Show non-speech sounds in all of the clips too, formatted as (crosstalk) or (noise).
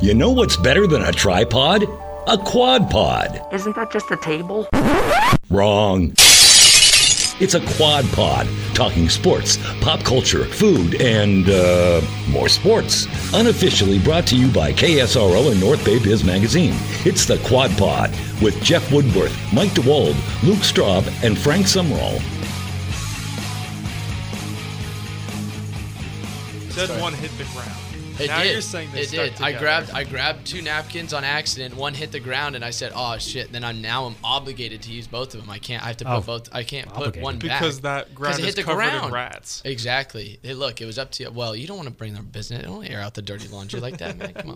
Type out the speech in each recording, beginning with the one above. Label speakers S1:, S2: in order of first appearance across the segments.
S1: You know what's better than a tripod? A quad pod.
S2: Isn't that just a table?
S1: Wrong. It's a quad pod, talking sports, pop culture, food, and uh, more sports. Unofficially brought to you by KSRO and North Bay Biz Magazine. It's the Quad Pod with Jeff Woodworth, Mike DeWald, Luke Straub, and Frank Sumrall.
S3: Said one hit the ground.
S4: It
S3: now
S4: did.
S3: you're saying they
S4: it
S3: stuck
S4: did. I
S3: together.
S4: grabbed I grabbed two napkins on accident. One hit the ground, and I said, "Oh shit!" Then I'm now I'm obligated to use both of them. I can't. I have to put
S5: Oh,
S4: both. I can't put
S5: obligated.
S4: one back
S3: because that ground
S4: it
S3: is
S4: hit the
S3: covered in
S4: ground.
S3: rats.
S4: Exactly. Hey, look, it was up to you. Well, you don't want to bring their business. Don't air out the dirty laundry like that, man. Come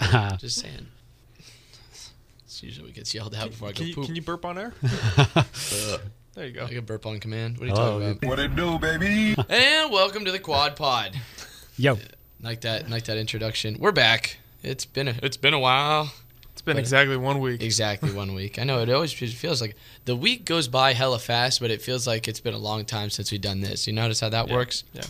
S4: on.
S5: (laughs)
S4: Just saying. It's usually what gets yelled out before I go
S3: Can you,
S4: poop.
S3: can you burp on
S4: (laughs)
S3: air? there you go.
S4: I can burp on command. What are you
S5: Hello.
S4: talking
S6: What it do, baby?
S4: about? and welcome to the Quad Pod.
S5: Yo,
S4: Like that. Like that introduction. We're back. It's been a, (laughs) it's been a while.
S3: It's been exactly one week.
S4: Exactly one week. I know it always fe- feels like the week goes by hella fast, but it feels like it's been a long time since we've done this. You notice how that works?
S3: yeah.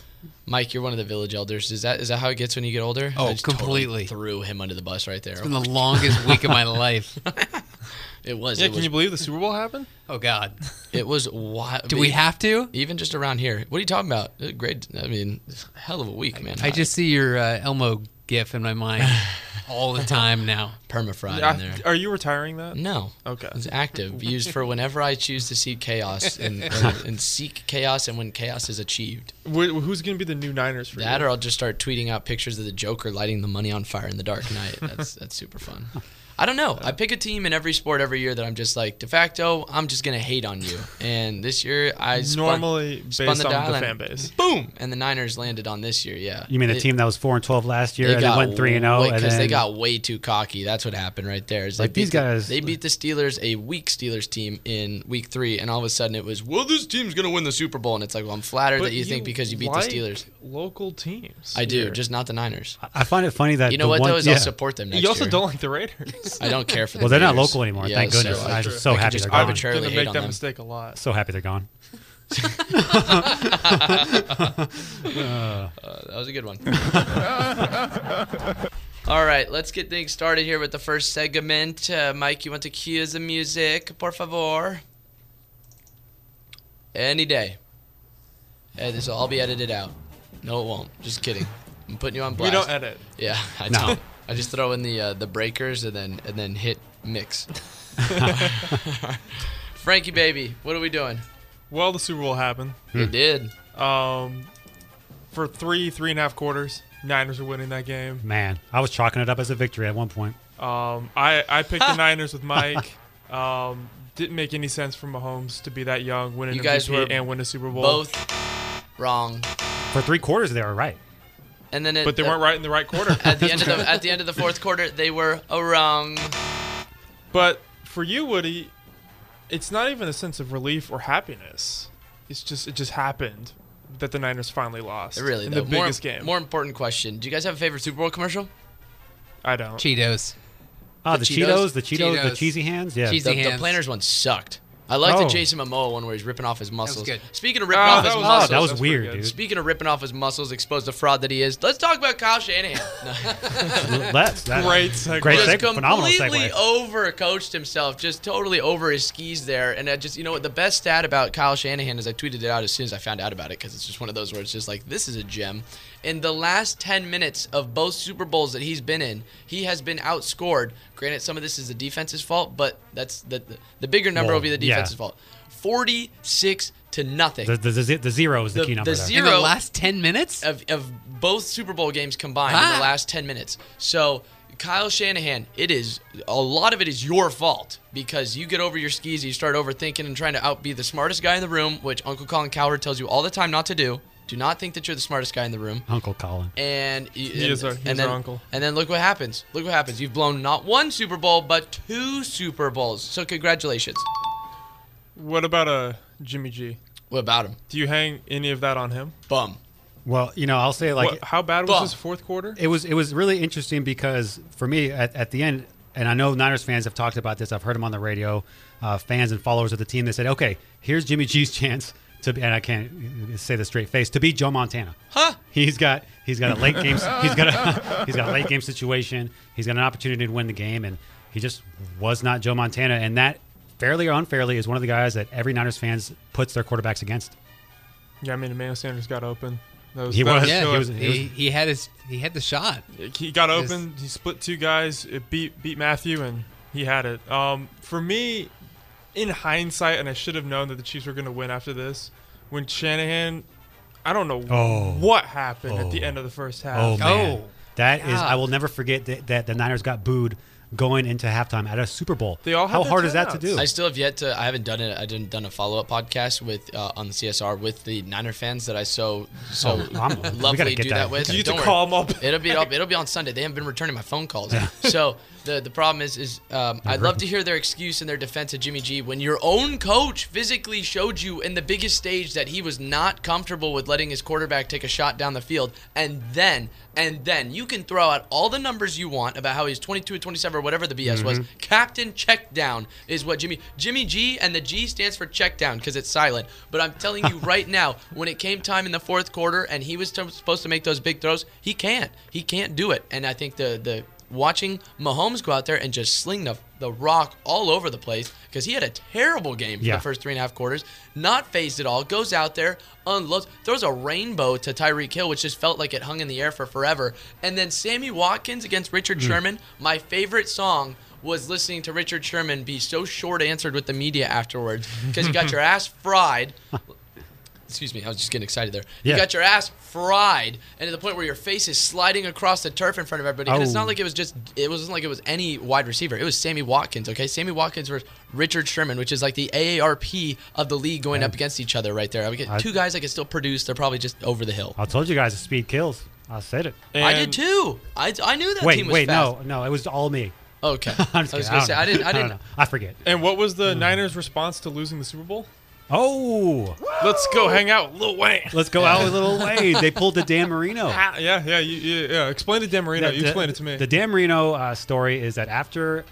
S4: Mike, you're one of the village elders. Is that is that how it gets when you get older?
S7: Oh,
S4: I just totally
S7: completely.
S4: threw him under the bus right there.
S7: It's been the longest week of my life. (laughs)
S4: It was.
S3: Yeah,
S4: it,
S3: can
S4: was
S3: you believe the Super Bowl
S4: (laughs)
S3: happened?
S7: Oh God.
S4: it was wild.
S7: Do we have to?
S4: even just around here? What are you talking about? Uh, Great. I mean, hell of a week, man.
S7: I just see your uh, Elmo gif in my mind all the time now.
S4: permafried in there.
S3: I, are you retiring that?
S4: No.
S3: Okay.
S4: It's
S3: (laughs)
S4: active, used for whenever I choose to see chaos and, and, and seek chaos, and when chaos is achieved.
S3: Wh- who's going to be the new Niners for
S4: Mm-hmm. That
S3: you?
S4: or I'll just start tweeting out pictures of the Joker lighting the money on fire in the dark night.
S3: (laughs)
S4: That's that's super fun. I don't know. I pick a team in every sport every year that I'm just like de facto. I'm just gonna hate on you. And this year I spun,
S3: Normally
S4: spun
S3: based
S4: the
S3: on
S4: dial
S3: the
S4: and
S3: fan base.
S4: Boom! And the Niners landed on this year. Yeah.
S5: you mean the
S4: They-
S5: team that was four and twelve last year
S4: they
S5: and then
S4: got
S5: went three and zero,
S4: way-
S5: and
S4: 'cause
S5: then
S4: they got way too cocky. That's what happened right there. Is they
S5: Like, these
S4: beat the-
S5: guys-
S4: they beat the Steelers, a weak Steelers team, in week three, and all of a sudden it was, well, this team's gonna win the Super Bowl, and it's like, well, I'm flattered that you, think because you beat
S3: like
S4: the Steelers.
S3: Local teams.
S4: I do,
S3: here.
S4: just not the Niners.
S5: I find it funny that
S4: You know
S5: Uh, the
S4: what
S5: one,
S4: though is
S5: yeah.
S4: I'll support them next
S3: you also
S4: year.
S3: don't like the Raiders.
S4: I don't care for.
S5: Well,
S4: the
S5: they're not
S4: Raiders.
S5: local anymore.
S4: Yeah,
S5: Thank goodness.
S4: So
S5: I'm
S4: I,
S5: so
S4: I can
S5: happy
S4: just
S5: they're gone.
S3: Going
S4: (laughs) arbitrarily
S3: to
S4: hate
S3: make
S4: on
S3: that
S4: them.
S3: mistake a lot.
S5: So happy they're gone.
S4: That was a good one. (laughs) All right, let's get things started here with the first segment. Uh, Mike, you want to cue the music, por favor? Any day. Hey, this will all be edited out. No, it won't. Just kidding. I'm putting you on
S3: we
S4: blast.
S3: don't edit.
S4: Yeah, I
S5: No.
S4: don't. I just throw in the uh, the breakers and then and then hit mix. (laughs) Frankie baby, what are we doing?
S3: Well, the Super Bowl happened.
S4: It did.
S3: Um, for three, three and a half quarters, Niners were winning that game.
S5: Man, I was chalking it up as a victory at one point.
S3: Um, I, I picked
S4: (laughs)
S3: the Niners with Mike. Um, didn't make any sense for Mahomes to be that young, win an
S4: You guys
S3: MVP
S4: were
S3: and win a Super Bowl.
S4: Both wrong.
S5: For three quarters, they were right.
S4: And then it,
S3: but they weren't right in the right quarter.
S4: (laughs) At the end of the at the end of the fourth quarter, they were wrong.
S3: but for you, Woody, it's not even a sense of relief or happiness. It's just it just happened that the Niners finally lost.
S4: Really,
S3: in
S4: though.
S3: the
S4: more,
S3: biggest game.
S4: More important question: Do you guys have a favorite Super Bowl commercial?
S3: I don't.
S7: Cheetos.
S5: Oh, the,
S4: Cheetos?
S5: Cheetos, the Cheetos, the
S7: Cheetos.
S5: cheesy hands. Yeah,
S7: Cheesy
S4: The, the
S7: hands.
S4: Planners one sucked. I like the
S5: Oh.
S4: Jason Momoa one where he's ripping off his muscles.
S7: good.
S4: Speaking of ripping
S3: Ah,
S4: off his
S3: that was-
S4: muscles,
S5: that was
S3: That's pretty
S5: weird,
S3: good.
S5: dude.
S4: speaking of ripping off his muscles, exposed the fraud that he is. Let's talk about
S3: (laughs)
S4: Kyle Shanahan. No,
S5: Let's that,
S3: Great segue.
S5: Great
S4: just
S5: seg- phenomenal
S4: completely
S5: segue.
S4: overcoached himself, just totally over his skis there. And I just, you know what, the best stat about Kyle Shanahan is I tweeted it out as soon as I found out about it because it's just one of those where it's just like, this is a gem. In the last 10 minutes of both Super Bowls that he's been in, he has been outscored. Granted, some of this is the defense's fault, but that's the the, the bigger number
S5: Well,
S4: will be the
S5: yeah.
S4: defense's fault. 46 to nothing.
S5: The, the, the, the zero is the,
S4: The-
S5: key
S4: the
S5: number. there.
S4: zero-
S7: In the last ten minutes.
S4: of, of both Super Bowl games combined in
S7: Ah.
S4: the last 10 minutes. So, Kyle Shanahan, it is a lot of it is your fault because you get over your skis, you start overthinking and trying to out be the smartest guy in the room, which Uncle Colin Cowherd tells you all the time not to do. Do not think that you're the smartest guy in the room.
S5: Uncle Colin.
S4: And he
S3: is our- he is
S4: then,
S3: our uncle.
S4: And then look what happens. Look what happens. You've blown not one Super Bowl, but two Super Bowls. So congratulations.
S3: What about uh, Jimmy G?
S4: What about him?
S3: Do you hang any of that on him?
S4: Bum.
S5: Well, you know, I'll say like
S3: what, how bad was
S4: Bum.
S3: his fourth quarter?
S5: it was it was really interesting because for me at, at the end and i know niners fans have talked about this i've heard them on the radio uh, fans and followers of the team they said okay here's jimmy g's (laughs) chance to be, and I can't say the straight face to be Joe Montana.
S4: Huh?
S5: He's got he's got a late game he's got a, he's got a late game situation. He's got an opportunity to win the game, and he just was not Joe Montana. And that, fairly or unfairly, is one of the guys that every Niners fans puts their quarterbacks against.
S3: Yeah, I mean, Emmanuel Sanders got open. That was,
S5: He
S3: that
S5: was.
S7: Yeah,
S5: he
S3: killer.
S5: was-
S7: he, he, had his he had the shot.
S3: He got
S7: Yes.
S3: open. He split two guys. It beat beat Matthew, and he had it. Um, for me, in hindsight, and I should have known that the Chiefs were going to win after this. When Shanahan, I don't know
S5: Oh.
S3: what happened at the
S5: Oh.
S3: end of the first half.
S5: Oh man,
S7: Oh,
S5: that is
S7: God.
S5: I will never forget that, that the Niners got booed going into halftime at a Super Bowl.
S3: They all had
S5: how
S3: their
S5: hard is that to
S3: timeouts.
S5: do?
S4: I still have yet to. I haven't done it. I didn't done a follow up podcast with uh, on the CSR with the Niner fans that I so so
S5: Oh, I'm- we gotta
S4: lovely
S5: get
S4: do
S5: that.
S4: that, with.
S3: You need
S4: Don't
S3: to
S4: worry.
S3: call him up.
S4: It'll be up. It'll be on Sunday. They haven't been returning my phone calls. (laughs) So the the problem is is um, I'd love to hear their excuse and their defense of Jimmy G when your own coach physically showed you in the biggest stage that he was not comfortable with letting his quarterback take a shot down the field, and then and then you can throw out all the numbers you want about how he's 22 or 27 or whatever the BS was. Captain check down is what Jimmy Jimmy G and the G stands for check down because it's silent. But I'm telling you right now, when it came time in the fourth quarter and he was t- supposed to make those big throws, he can't. He can't do it. And I think the the watching Mahomes go out there and just sling the the rock all over the place because he had a terrible game for
S5: Yeah.
S4: the first three and a half quarters, not phased at all, goes out there, unloads, throws a rainbow to Tyreek Hill, which just felt like it hung in the air for forever. And then Sammy Watkins against Richard
S5: Hmm.
S4: Sherman, my favorite song was listening to Richard Sherman be so short answered with the media afterwards because you got
S5: (laughs)
S4: your ass fried. Excuse me, I was just getting excited there. You
S5: Yeah.
S4: got your ass fried, and to the point where your face is sliding across the turf in front of everybody. And it's
S5: Oh.
S4: not like it was just, it wasn't like it was any wide receiver. It was Sammy Watkins, okay? Sammy Watkins versus Richard Sherman, which is like the AARP of the league going up against each other right there. I would get
S5: I-
S4: two guys that can still produce. They're probably just over the hill.
S5: I told you guys, the speed kills. I said it.
S4: I
S3: And-
S4: did too. I, I knew that
S5: Wait,
S4: team was
S5: wait,
S4: fast. Oh,
S5: no, no, it was all me. (laughs)
S4: Okay. I
S5: I'm
S4: was
S5: just
S4: going
S5: kidding.
S4: to say,
S5: don't
S4: I didn't,
S5: know.
S4: I
S5: don't
S4: didn't.
S5: know. I forget.
S3: And what was
S5: Mm.
S3: the Niners' response to losing the Super Bowl?
S5: Oh,
S3: Let's go hang out, Lil
S5: (laughs)
S3: Wayne.
S5: let's go out
S4: (laughs)
S5: with Little Wade. They pulled the Dan Marino.
S3: Ah, Yeah, yeah, you, yeah, yeah. Explain to Dan Marino.
S5: The-
S3: you
S5: the-
S3: explain it to me.
S5: The Dan Marino uh, story is that after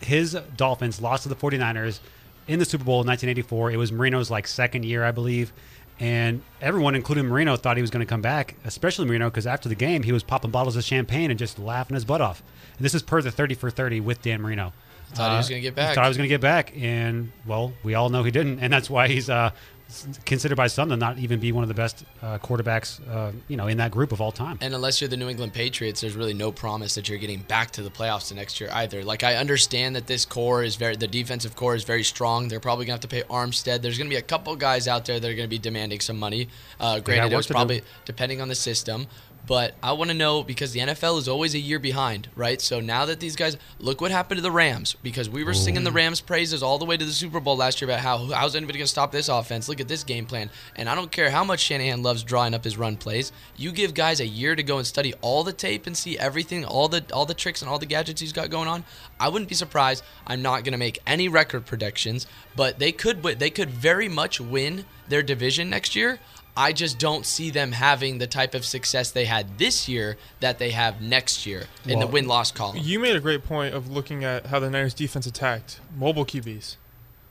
S5: his Dolphins lost to the 49ers in the Super Bowl in 1984, it was Marino's like second year, I believe. And everyone, including Marino, thought he was going to come back, especially Marino, because after the game, he was popping bottles of champagne and just laughing his butt off. And this is per the 30 for 30 with Dan Marino. Uh,
S4: Thought he was gonna get back.
S5: Thought he was going to get back. And, well, we all know he didn't. And that's why he's uh, s- considered by some to not even be one of the best uh, quarterbacks, uh, you know, in that group of all time.
S4: And unless you're the New England Patriots, there's really no promise that you're getting back to the playoffs the next year either. Like I understand that this core is very, the defensive core is very strong. They're probably gonna have to pay Armstead. There's gonna be a couple guys out there that are gonna be demanding some money. Uh, granted, it
S5: work
S4: was
S5: to do.
S4: probably depending on the system. But I want to know because the NFL is always a year behind, right? So now that these guys look what happened to the Rams because we were singing the Rams praises all the way to the Super Bowl last year about how how's anybody going to stop this offense? Look at this game plan. And I don't care how much Shanahan loves drawing up his run plays. You give guys a year to go and study all the tape and see everything, all the all the tricks and all the gadgets he's got going on. I wouldn't be surprised. I'm not going to make any record predictions, but they could wi- they could very much win their division next year. I just don't see them having the type of success they had this year that they have next year in the
S5: Well,
S4: win loss column.
S3: You made a great point of looking at how the Niners defense attacked mobile QBs.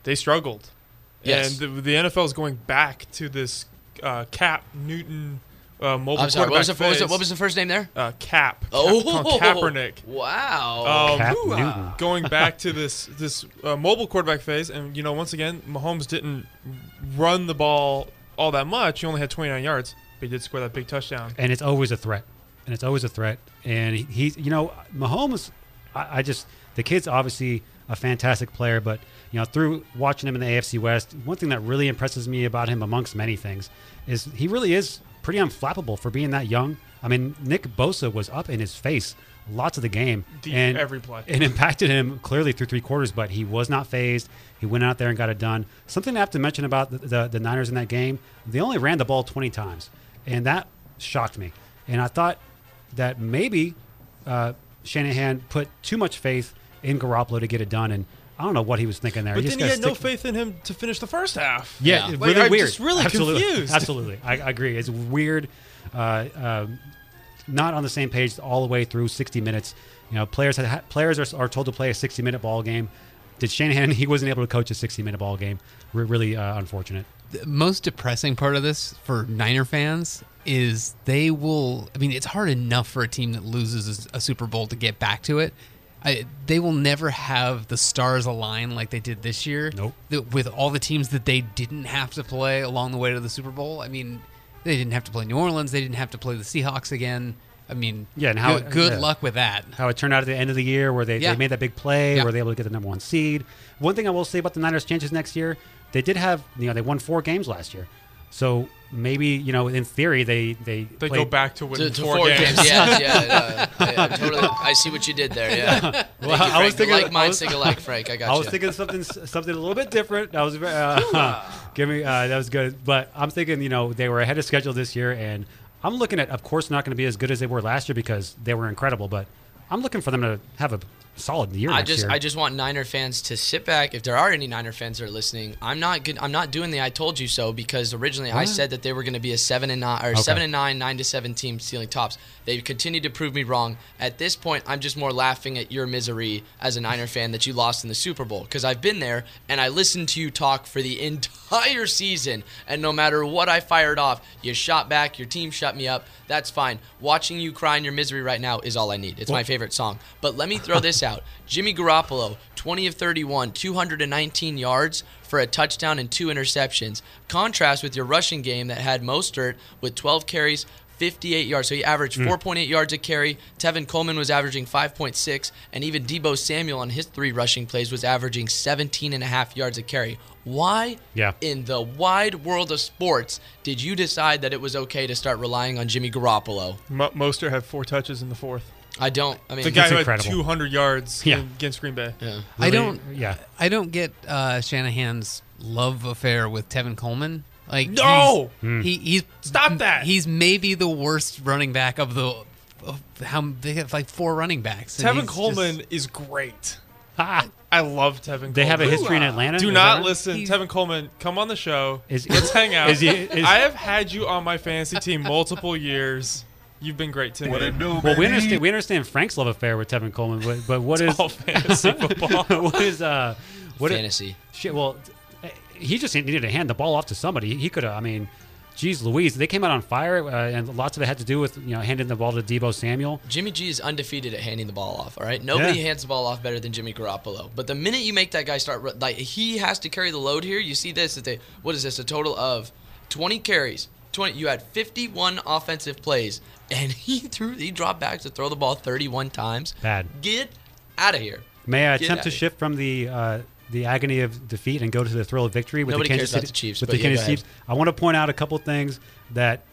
S3: They struggled.
S4: Yes.
S3: And the, the NFL is going back to this uh, Cap Newton uh, mobile
S4: I'm sorry. What was, the,
S3: quarterback
S4: what, was the,
S3: phase.
S4: what was the first name there?
S3: uh, Cap? Cap
S4: Oh, (laughs)
S3: Kaepernick.
S4: Wow.
S3: Um,
S5: Cap
S4: Hoorah.
S5: Newton.
S3: going back to this this uh, mobile quarterback phase, and you know, once again, Mahomes didn't run the ball all that much. He only had 29 yards, but he did score that big touchdown.
S5: and it's always a threat, and it's always a threat. And he- he's, you know, Mahomes. I, I just the kid's obviously a fantastic player, but you know, through watching him in the AFC West, one thing that really impresses me about him, amongst many things, is he really is pretty unflappable for being that young. I mean, Nick Bosa was up in his face lots of the game
S3: Deep every play.
S5: it impacted him clearly through three quarters, but he was not phased. He went out there and got it done. Something I have to mention about the, the, the Niners in that game, they only ran the ball 20 times, and that shocked me. And I thought that maybe uh, Shanahan put too much faith in Garoppolo to get it done, and I don't know what he was thinking there.
S3: But
S5: He
S3: then
S5: just
S3: he had
S5: gotta
S3: no
S5: stick-
S3: faith in him to finish the first half.
S5: yeah,
S4: Yeah.
S5: it's
S3: Like,
S5: really
S3: I'm
S5: weird.
S3: just really
S5: Absolutely.
S3: confused.
S5: Absolutely, I, I agree. It's weird. Uh, um, not on the same page all the way through 60 minutes. You know, players ha- players are, are told to play a 60 (laughs) minute ball game. Did Shanahan? He wasn't able to coach a 60 minute ball game. Re- really uh, unfortunate.
S7: the most depressing part of this for Niner fans is they will. I mean, it's hard enough for a team that loses a Super Bowl to get back to it. I, they will never have the stars align like they did this year.
S5: Nope.
S7: Th- With all the teams that they didn't have to play along the way to the Super Bowl. I mean, they didn't have to play New Orleans. They didn't have to play the Seahawks again. I mean,
S5: Yeah, and how-
S7: good, good
S5: yeah.
S7: luck with that.
S5: how it turned out at the end of the year where they,
S7: Yeah.
S5: they made that big play,
S7: Yeah.
S5: where they were able to get the number one seed. One thing I will say about the Niners' changes next year, they did have, you know, they won four games last year. So maybe, you know, in theory, they they,
S3: They go
S5: played-
S3: back to winning
S4: To, to
S3: four, games.
S4: yeah, yeah, yeah, yeah, totally. I see what you did there. Yeah,
S5: Well,
S4: Thank you,
S5: I was
S4: Frank. The
S5: thinking-
S4: like mine,
S5: I was-
S4: think alike, Frank. I got
S5: I
S4: you.
S5: was thinking something something a little bit different. I was very, uh,
S4: (laughs)
S5: give me uh, that was good, but I'm thinking you know they were ahead of schedule this year, and I'm looking at of course not going to be as good as they were last year because they were incredible, but I'm looking for them to have a solid year.
S4: I
S5: next
S4: just
S5: year.
S4: I just want Niner fans to sit back. If there are any Niner fans that are listening, I'm not good. I'm not doing the I told you so because originally I said that they were going to be a seven and nine or seven and nine, nine to seven team stealing tops. They've continued to prove me wrong. At this point, I'm just more laughing at your misery as a Niner fan that you lost in the Super Bowl because I've been there and I listened to you talk for the (laughs) entire season. And no matter what I fired off, you shot back. Your team shut me up. That's fine. Watching you cry in your misery right now is all I need. It's my favorite song. But let me throw this out. Jimmy Garoppolo, 20 of 31, 219 yards for a touchdown and two interceptions. Contrast with your rushing game that had Mostert with 12 carries, 58 yards. So he averaged 4.8 yards a carry. Tevin Coleman was averaging 5.6, and even Debo Samuel on his three rushing plays was averaging 17 and a half yards a carry. Why
S5: Yeah.
S4: in the wide world of sports did you decide that it was okay to start relying on Jimmy Garoppolo?
S3: Mo- Mostert had four touches in the fourth.
S4: I don't. I mean,
S3: The guy who had
S5: incredible.
S3: 200 yards
S5: Yeah.
S3: in- against Green Bay.
S4: Yeah.
S7: I
S5: Really-
S7: don't.
S5: yeah.
S7: I don't get uh, Shanahan's love affair with Tevin Coleman. Like
S3: No!
S7: he's, he he's
S3: Stop that!
S7: He's maybe the worst running back of the of how they have like four running backs. and
S3: Tevin
S7: he's
S3: Coleman
S7: just-
S3: is great.
S5: Ah,
S3: I love Tevin.
S5: they have a
S3: Coleman.
S5: history in Atlanta.
S3: Do
S5: is
S3: not
S5: that right?
S3: listen,
S7: He's-
S3: Tevin Coleman. Come on the show.
S5: Is-
S3: Let's hang out.
S5: is he- is-
S3: I have had you on my fantasy team multiple years. You've been great to me.
S5: Well, we understand we understand Frank's love affair with Tevin Coleman, but, but what is
S3: All
S5: (laughs)
S3: fantasy football.
S5: what is uh what is-
S4: Fantasy.
S5: Shit. Well, t- he just needed to hand the ball off to somebody. He could have. I mean, geez, Louise, they came out on fire, uh, and lots of it had to do with you know handing the ball to Debo Samuel.
S4: Jimmy G is undefeated at handing the ball off. All right, nobody
S5: Yeah.
S4: hands the ball off better than Jimmy Garoppolo. But the minute you make that guy start, ru- like he has to carry the load here. You see this? That they what is this? A total of twenty carries. Twenty. You had fifty-one offensive plays, and he (laughs) threw. He dropped back to throw the ball thirty-one times.
S5: Bad.
S4: Get out of here.
S5: May I
S4: Get
S5: attempt
S4: outta
S5: to
S4: here.
S5: shift from the uh, the agony of defeat and go to the thrill of victory with
S4: Nobody
S5: the
S4: cares
S5: Kansas
S4: about
S5: City
S4: the Chiefs,
S5: With
S4: but
S5: the
S4: yeah,
S5: Kansas
S4: go ahead.
S5: Chiefs, I want to point out a couple things that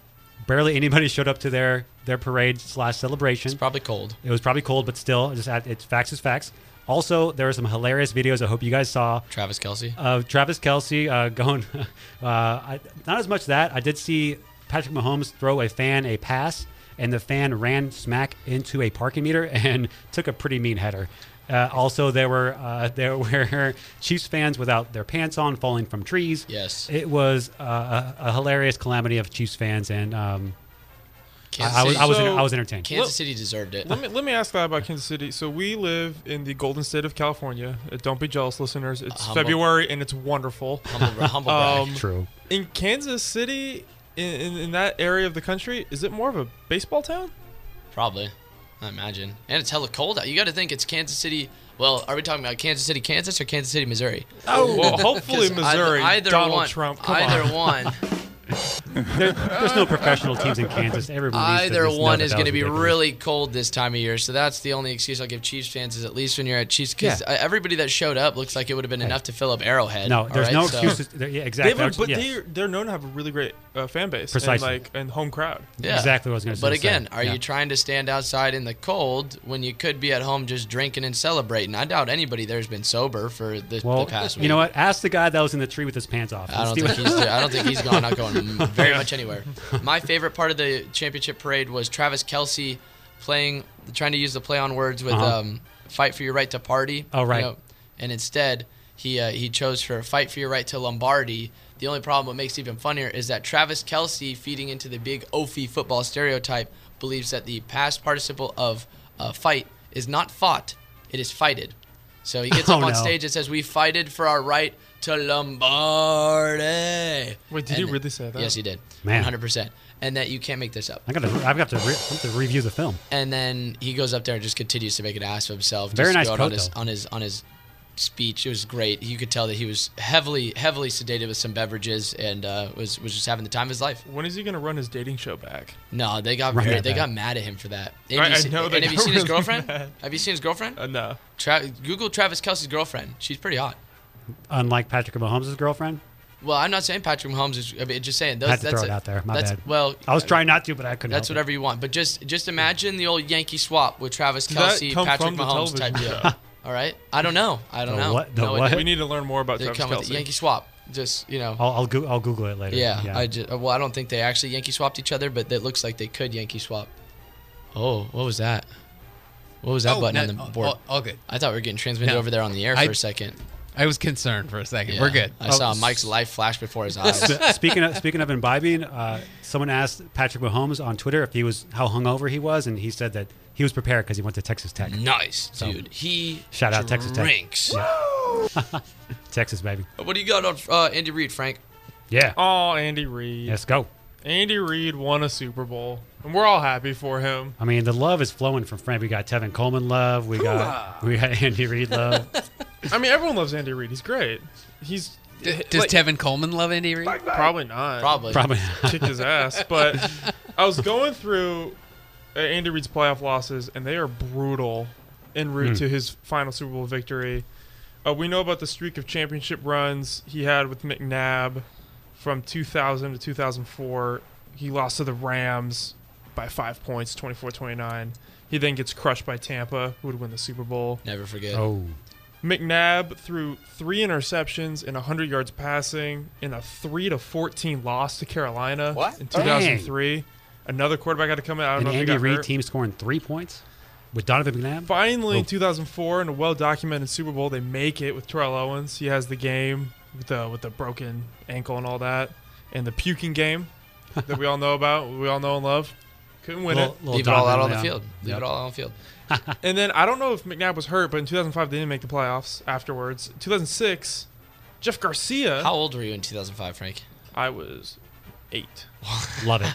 S5: barely anybody (laughs) showed up to their their parade slash celebration.
S4: It's probably cold.
S5: It was probably cold, but still, just add, it's facts is facts. Also, there were some hilarious videos. I hope you guys saw.
S4: Travis Kelsey.
S5: of Travis Kelsey uh, (laughs) going. Uh, I, not as much that I did see Patrick Mahomes throw a fan a pass, and the fan ran smack into a parking meter (laughs) and took a pretty mean header. Uh, also, there were uh, (laughs) there were Chiefs fans without their pants on, falling from trees.
S4: Yes.
S5: it was uh, a, a hilarious calamity of Chiefs fans, and um,
S4: Kansas
S5: I, I was
S4: City.
S5: I was,
S3: So-
S5: I was entertained.
S4: Kansas City deserved it.
S3: Let me let me ask that about Kansas City. So we live in the golden state of California. Uh, Don't be jealous, listeners. It's
S4: Humble.
S3: February and it's wonderful.
S4: Humble, humble brag.
S3: Um,
S5: True.
S3: in Kansas City, in, in, in that area of the country, is it more of a baseball town?
S4: Probably. I imagine. And it's hella cold out. You got to think it's Kansas City. Well, are we talking about Kansas City, Kansas, or Kansas City, Missouri?
S3: Oh, well,
S4: (laughs) 'Cause
S3: hopefully Missouri.
S4: Either, either
S3: Donald
S4: one,
S3: Trump. Come
S4: Either
S3: on.
S4: one.
S5: There, there's no professional teams in Kansas. Everyone. needs to
S4: either
S5: just know
S4: one
S5: that
S4: is
S5: that
S4: going to
S5: was
S4: be
S5: ridiculous.
S4: really cold this time of year. So that's the only excuse I'll give Chiefs fans is at least when you're at Chiefs, because
S5: Yeah.
S4: everybody that showed up looks like it would have been enough to fill up Arrowhead.
S5: No,
S4: all
S5: there's
S4: right?
S5: no
S4: So-
S5: excuses. There- yeah,
S3: (laughs) They
S5: exactly.
S3: have a, but
S5: Yes.
S3: they're, they're known to have a really great uh, fan base
S5: Precisely.
S3: and like and home crowd.
S4: Yeah.
S5: Exactly what I was going to say.
S4: But again,
S5: so,
S4: are
S5: yeah.
S4: you trying to stand outside in the cold when you could be at home just drinking and celebrating? I doubt anybody there's been sober for the,
S5: Well,
S4: the past week.
S5: you know what? Ask the guy that was in the tree with his pants off.
S4: I
S5: Let's
S4: don't
S5: see
S4: think
S5: what-
S4: he's. I don't think he's gone. Not
S5: (laughs)
S4: going very much anywhere. My favorite part of the championship parade was Travis Kelsey playing, trying to use the play on words with
S5: Uh-huh.
S4: um, "fight for your right to party."
S5: Oh,
S4: you
S5: right.
S4: know, and instead, he uh, he chose for "fight for your right to Lombardi." The only problem, what makes it even funnier, is that Travis Kelsey, feeding into the big Ofi football stereotype, believes that the past participle of uh, "fight" is not "fought," it is "fighted." So
S3: (laughs)
S4: he gets
S5: Oh,
S4: up on
S5: no.
S4: stage and says, "We fighted for our right to Lombardi."
S3: Wait, did
S4: And-
S3: he really say that?
S4: Yes, he did.
S5: Man.
S4: One hundred percent. And that you can't make this up.
S5: I got to. I've got to. Re- I have to review the film.
S4: And then he goes up there and just continues to make an ass of himself.
S5: Very
S4: just
S5: nice
S4: throughout
S5: coat,
S4: on his
S5: though.
S4: on his on his speech. It was great. You could tell that he was heavily heavily sedated with some beverages and uh, was was just having the time of his life.
S3: When is he gonna run his dating show back?
S4: No, they got
S5: Right
S4: very-
S5: at
S4: they
S5: that.
S4: got mad at him for that. Have
S3: I-
S4: you
S3: I
S4: seen-
S3: know they
S4: and have you
S3: got
S4: seen his
S3: really
S4: girlfriend?
S3: mad.
S4: Have you seen his girlfriend?
S3: Uh,
S4: (laughs)
S3: no.
S4: Tra- Google Travis Kelsey's girlfriend. She's pretty hot.
S5: Unlike Patrick Mahomes' girlfriend,
S4: Well, I'm not saying Patrick Mahomes is. I mean, just saying. Those,
S5: I had to
S4: that's
S5: throw it
S4: a-
S5: out there. My
S4: that's,
S5: bad.
S4: Well,
S5: I was
S4: mean,
S5: trying not to, but I couldn't.
S4: That's
S5: help
S4: whatever you want, but just just imagine the old Yankee swap with Travis
S3: Did that
S4: Kelsey,
S3: come
S4: Patrick
S3: from the
S4: Mahomes type
S3: television
S4: deal. (laughs) All right, I don't know. I don't
S5: The
S4: know.
S5: what- the
S4: No, it-
S5: what?
S3: We need to learn more about
S4: They
S3: Travis
S4: come with
S3: Kelsey.
S4: the Yankee swap. Just you know.
S5: It. I'll I'll, go- I'll Google it later.
S4: yeah, I just well, I don't think they actually Yankee swapped each other, but it looks like they could Yankee swap. Oh, what was that? What was that button on
S7: no,
S4: the board?
S7: All, Oh, all good.
S4: I thought we were getting transmitted
S7: No.
S4: over there on the air
S7: I-
S4: for a second.
S7: I was concerned for a second.
S4: Yeah.
S7: We're good.
S4: I
S5: Oh,
S4: saw
S5: s-
S4: Mike's life flash before his eyes.
S5: S- speaking of speaking of imbibing, uh, someone asked Patrick Mahomes on Twitter if he was how hungover he was, and he said that he was prepared because he went to Texas Tech.
S4: nice, dude. He
S5: Shout out Texas Tech.
S4: drinks.
S5: Texas baby.
S4: What do you got on uh, Andy Reid, Frank?
S5: Yeah.
S3: Oh, Andy Reid.
S5: Let's go.
S3: Andy Reid won a Super Bowl, and we're all happy for him.
S5: I mean, the love is flowing from Frank. We got Tevin Coleman love. We got we got Andy
S4: (laughs)
S5: Reid love.
S3: I mean, everyone loves Andy Reid. He's great. He's
S7: D- Does
S3: like,
S7: Tevin Coleman love Andy Reid?
S3: probably not.
S4: Probably.
S5: Probably.
S3: kicked his ass. But I was going through uh, Andy Reid's playoff losses, and they are brutal en route to his final Super Bowl victory. Uh, we know about the streak of championship runs he had with McNabb from 2000 to 2004. He lost to the Rams by five points, 24 29. He then gets crushed by Tampa, who would win the Super Bowl.
S4: Never forget.
S5: Oh,
S3: McNabb threw three interceptions and 100 yards passing in a 3 to 14 loss to Carolina
S4: What?
S3: in 2003. Another quarterback had to come in. I don't
S5: an
S3: know if he
S5: Andy
S3: got
S5: Reid
S3: hurt.
S5: team scoring three points with Donovan McNabb.
S3: Finally,
S5: Oh.
S3: in 2004, in a well-documented Super Bowl, they make it with Terrell Owens. He has the game with the with the broken ankle and all that, and the puking
S5: (laughs)
S3: game that we all know about, we all know and love. Couldn't win it.
S4: Leave it all out on the
S5: Donovan, yeah.
S4: field. Leave it all out on the field.
S3: And then I don't know if McNabb was hurt, but in 2005 they didn't make the playoffs. Afterwards, 2006, Jeff Garcia.
S4: How old were you in 2005, Frank?
S3: I was eight.
S5: Love it.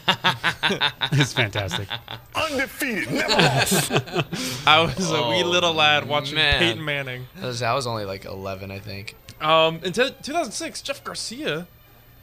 S5: it's fantastic.
S3: (laughs) I was a wee
S4: Oh,
S3: little lad watching
S4: man.
S3: Peyton Manning.
S4: I was, I was only like 11, I think.
S3: Um, in t- 2006, Jeff Garcia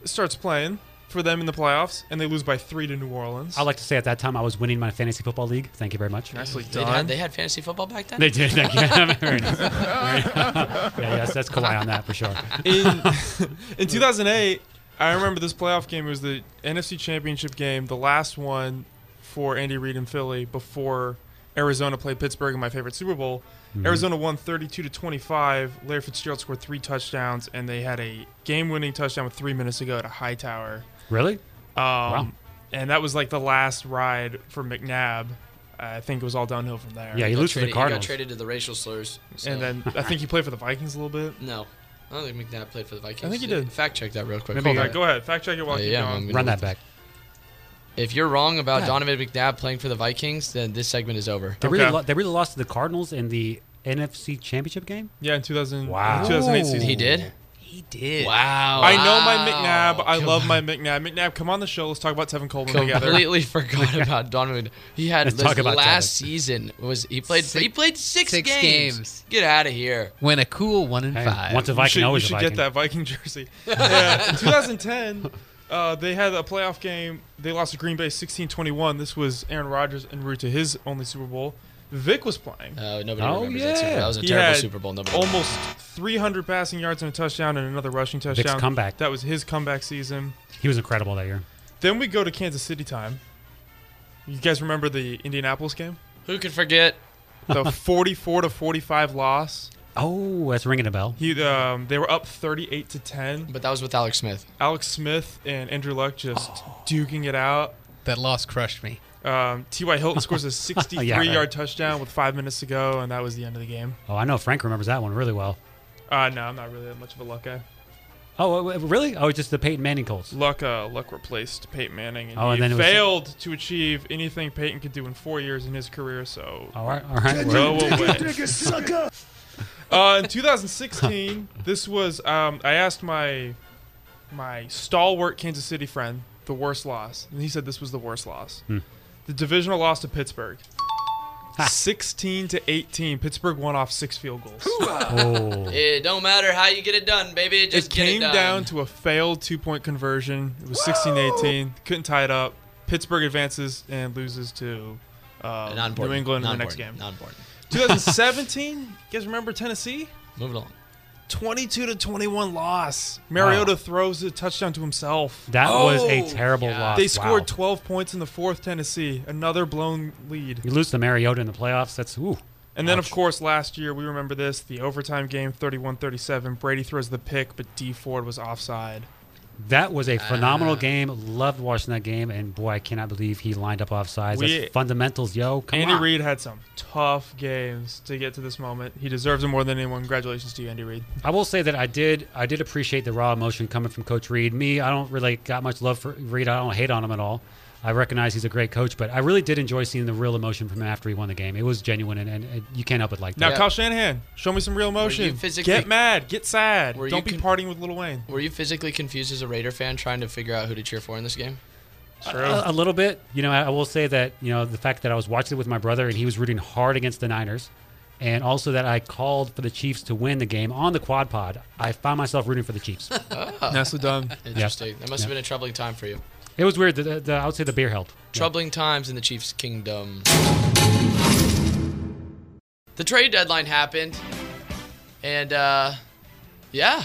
S3: starts playing for them in the playoffs, and they lose by three to New Orleans.
S5: I like to say at that time I was winning my fantasy football league. Thank you very much.
S3: Nicely
S4: They
S3: done.
S4: had, they had fantasy football back then.
S5: They did. Thank you. (laughs)
S3: (laughs)
S5: Very nice. Very nice. yeah, yes, that's Kawhi on that for sure. (laughs)
S3: in, in 2008, I remember this playoff game. It was the NFC Championship game, the last one for Andy Reid in Philly before Arizona played Pittsburgh in my favorite Super Bowl.
S5: Mm-hmm.
S3: Arizona won 32 to 25. Larry Fitzgerald scored three touchdowns, and they had a game-winning touchdown with three minutes to go to Hightower.
S5: Really?
S3: Um,
S5: Wow.
S3: And that was like the last ride for McNabb. I think it was all downhill from there.
S5: Yeah, he
S4: Got
S5: loses to
S4: traded-
S5: the
S4: he
S5: Cardinals.
S4: got traded to the racial slurs. so-
S3: and then
S5: (laughs)
S3: I think he played for the Vikings a little bit.
S4: No. I don't think McNabb played for the Vikings.
S3: I think he did.
S4: Fact check that real quick.
S5: Maybe Uh,
S3: Hold
S5: Yeah.
S3: on, go ahead. Fact check it while
S4: Oh,
S3: I keep
S4: yeah,
S3: going.
S4: I'm gonna-
S5: Run that back.
S4: If you're wrong about
S5: Yeah.
S4: Donovan McNabb playing for the Vikings, then this segment is over.
S5: They really,
S3: Okay.
S5: lo- they really lost to the Cardinals in the NFC Championship game.
S3: Yeah, in 2000,
S5: Wow.
S3: in 2008 season.
S4: He did?
S7: He did.
S4: Wow.
S3: I know my
S4: Wow.
S3: McNabb. I love my McNabb. McNabb, come on the show. Let's talk about Tevin Coleman together.
S4: Completely (laughs) forgot about Donovan. He had
S5: Let's
S4: this
S5: talk about
S4: last
S5: Donovan.
S4: season was he played
S7: Six-
S4: he played six,
S7: six
S4: games.
S7: games.
S4: Get out of here.
S7: When a cool one in
S5: Hey,
S7: five.
S5: once a
S3: You
S5: Viking,
S3: should, you
S5: always a
S3: should
S5: Viking.
S3: get that Viking
S4: (laughs)
S3: jersey. Yeah, in 2010, uh, they had a playoff game. They lost to Green Bay 16-21. This was Aaron Rodgers en route to his only Super Bowl. Vic was playing.
S4: Uh, nobody
S5: Oh,
S4: remembers that Super Bowl.
S5: yeah.
S4: That was a
S3: He
S4: terrible
S3: had
S4: Super Bowl. Nobody
S3: almost 300 passing yards and a touchdown and another rushing touchdown.
S5: comeback.
S3: That was his comeback season.
S5: He was incredible that year.
S3: Then we go to Kansas City time. You guys remember the Indianapolis game?
S4: Who could forget?
S3: The 44 to 45 loss.
S5: Oh, that's ringing a bell.
S3: He, um, they were up 38 to 10.
S4: But that was with Alex Smith.
S3: Alex Smith and Andrew Luck just
S5: Oh.
S3: duking it out.
S7: that loss crushed me.
S3: Um, T.Y. Hilton
S5: (laughs)
S3: scores a 63
S5: Yeah, right.
S3: yard touchdown with five minutes to go, and that was the end of the game.
S5: Oh, I know Frank remembers that one really well.
S3: Uh, no, I'm not really that much of a luck guy.
S5: Oh, uh, really? Oh, just the Peyton Manning Colts.
S3: Luck, uh, Luck replaced Peyton Manning, and
S5: Oh,
S3: he
S5: and then it was-
S3: failed to achieve anything Peyton
S5: Oh,
S3: could do in four years in his career. So
S5: All right, all right.
S3: go
S5: well,
S3: away. Uh, in 2016, this was um, I asked my my stalwart Kansas City friend the worst loss, and he said this was the worst loss. The divisional loss to Pittsburgh, 16 to 18. Pittsburgh won off six field goals.
S5: Oh,
S4: It don't matter how you get it done, baby. Just
S3: it
S4: get
S3: came
S4: it done.
S3: down to a failed two point conversion. It was 16 18. Couldn't tie it up. Pittsburgh advances and loses to uh, New
S4: non-important.
S3: England in the next game.
S4: Non-important. Non-important.
S3: 2017, you guys remember Tennessee?
S4: Move it along.
S3: 22 to 21 loss. Mariota throws a touchdown to himself.
S5: that was a
S4: Oh,
S5: terrible
S4: yeah.
S5: loss.
S3: They
S5: Wow.
S3: scored 12 points in the fourth Tennessee, another blown lead.
S5: You lose to Mariota in the playoffs. That's ooh.
S3: And then, of
S5: Ouch.
S3: course, last year, we remember this the overtime game 31 37. Brady throws the pick, but D Ford was offside.
S5: That was a phenomenal
S4: Ah.
S5: game. Loved watching that game, and boy, I cannot believe he lined up offsides.
S3: We-
S5: That's fundamentals, yo. Come
S3: Andy
S5: on.
S3: Reid had some tough games to get to this moment. He deserves it more than anyone. Congratulations to you, Andy Reid.
S5: I will say that I did. I did appreciate the raw emotion coming from Coach Reed. Me, I don't really got much love for Reed. I don't hate on him at all. I recognize he's a great coach, but I really did enjoy seeing the real emotion from him after he won the game. It was genuine, and, and, and you can't help it like
S3: Now,
S5: that.
S4: Yeah.
S3: Kyle Shanahan, show me some real
S4: you
S3: emotion.
S4: physically-
S3: Get mad. Get sad.
S4: Were you
S3: Don't be
S4: con-
S3: partying with Lil Wayne.
S4: Were you physically confused as a Raider fan trying to figure out who to cheer for in this game?
S5: A, a little bit, you know. I, I will say that you know the fact that I was watching it with my brother, and he was rooting hard against the Niners, and also that I called for the Chiefs to win the game on the quad pod. I found myself rooting for
S3: (laughs)
S5: the Chiefs.
S4: Uh.
S3: Nicely done.
S4: Interesting. That must have been a troubling time for you.
S5: It was weird. The, the, the, I would say the beer held.
S4: Troubling times in the Chiefs' kingdom. The trade deadline happened, and uh, yeah,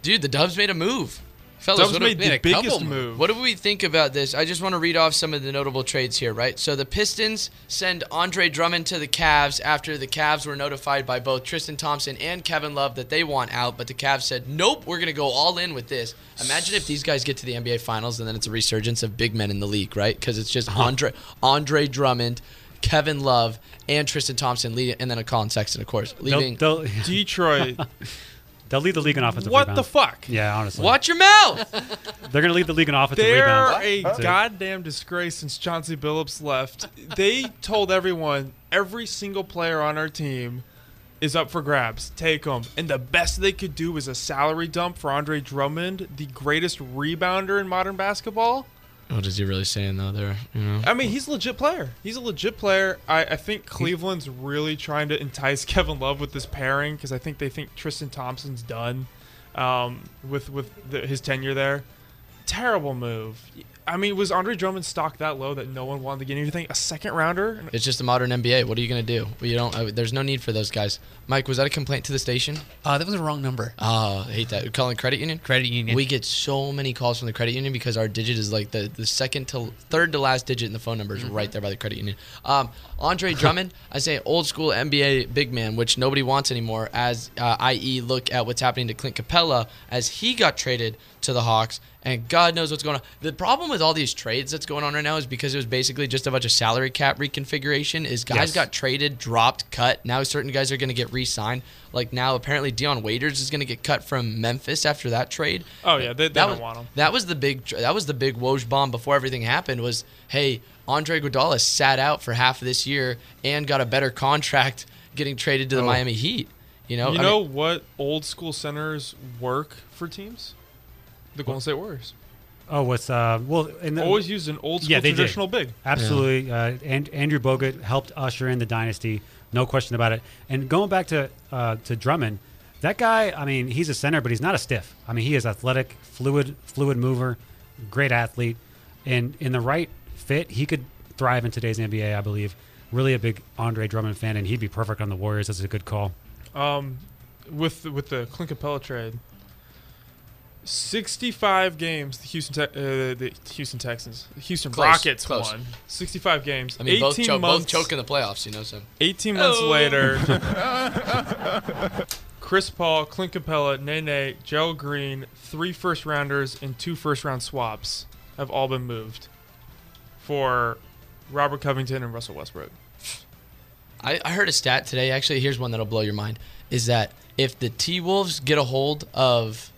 S4: dude, the Dubs made a move. Fellas,
S3: Dubs
S4: what do-
S3: made the
S4: a
S3: biggest
S4: couple-
S3: move.
S4: What do we think about this? I just want to read off some of the notable trades here, right? So the Pistons send Andre Drummond to the Cavs after the Cavs were notified by both Tristan Thompson and Kevin Love that they want out, but the Cavs said, "Nope, we're going to go all in with this." Imagine if these guys get to the NBA Finals and then it's a resurgence of big men in the league, right? Because it's just Andre Andre Drummond, Kevin Love, and Tristan Thompson leading, and then a Colin Sexton, of course,
S5: They'll,
S4: leaving.
S5: they'll,
S3: (laughs)
S5: (laughs)
S3: Detroit.
S5: they'll lead the league in offensive
S3: what the
S5: rebounds.
S3: fuck?
S5: yeah, honestly.
S4: Watch your mouth.
S5: They're going to lead the league in offensive
S3: They're
S5: rebounds.
S3: a
S5: That's it.
S3: goddamn disgrace since Chauncey Billups left. They told everyone every single player on our team is up for grabs. Take them. And the best they could do was a salary dump for Andre Drummond, the greatest rebounder in modern basketball.
S4: what is he really saying though? There, Hmm. you know.
S3: I mean, he's a legit player. He's a legit player. I, I think Cleveland's really trying to entice (laughs) Kevin Love with this pairing because I think they think Tristan Thompson's done um, with with the, his tenure there. Terrible move. I mean, was Andre Drummond stock that low that no one wanted to get anything? A second rounder?
S4: It's just the modern NBA. What are you gonna do? Well, you don't. Uh, there's no need for those guys. Mike, was that a complaint to the station?
S7: Uh, that was a wrong number.
S4: Oh, I hate that. Calling credit union.
S7: Credit union.
S4: We get so many calls from the credit union because our digit is like the, the second to third to last digit in the phone number is
S7: Mm-hmm.
S4: right there by the credit union. Um, Andre
S7: (laughs)
S4: Drummond, I say old school NBA big man, which nobody wants anymore. As uh, i.e., look at what's happening to Clint Capella as he got traded to the Hawks, and God knows what's going on. The problem with all these trades that's going on right now is because it was basically just a bunch of salary cap reconfiguration. Is guys
S5: Yes.
S4: got traded, dropped, cut. Now certain guys are going to get re-signed. Like now, apparently Dion Waiters is going to get cut from Memphis after that trade.
S3: Oh yeah, they, they
S4: that
S3: don't
S4: was
S3: want him.
S4: that was the big tr- that was the big Woj bomb before everything happened. Was hey Andre Iguodala sat out for half of this year and got a better contract getting traded to the Miami Heat. You know,
S3: Oh. You
S4: Oh, I
S3: know
S4: mean,
S3: what old school centers work for teams? The Golden State Warriors
S5: Oh, what's uh? Well, and the,
S3: always used an old school
S5: Yeah, they did.
S3: traditional big.
S5: Absolutely. Uh, and Andrew Bogut helped usher in the dynasty, no question about it. And going back to uh, to Drummond, that guy, I mean, he's a center, but he's not a stiff. I mean, he is athletic, fluid, fluid mover, great athlete, and in the right fit, he could thrive in today's NBA. I believe. Really a big Andre Drummond fan, and he'd be perfect on the Warriors. That's a good call.
S3: Um, with with the Clint Capella trade, sixty-five games the Houston Te- uh, the Houston Texans, the Houston
S4: Close,
S3: Rockets
S4: close.
S3: won sixty-five games.
S4: I mean both
S3: eighteen
S4: choke, both Oh.
S3: months,
S4: choke in the playoffs. You know, so
S3: eighteen months
S4: (laughs)
S3: later, Chris Paul, Clint Capella, Nene, Joe Green, three first rounders and two first round swaps have all been moved for Robert Covington and Russell Westbrook.
S4: I, I heard a stat today. Actually, here's one that'll blow your mind: is that if the T Wolves get a hold of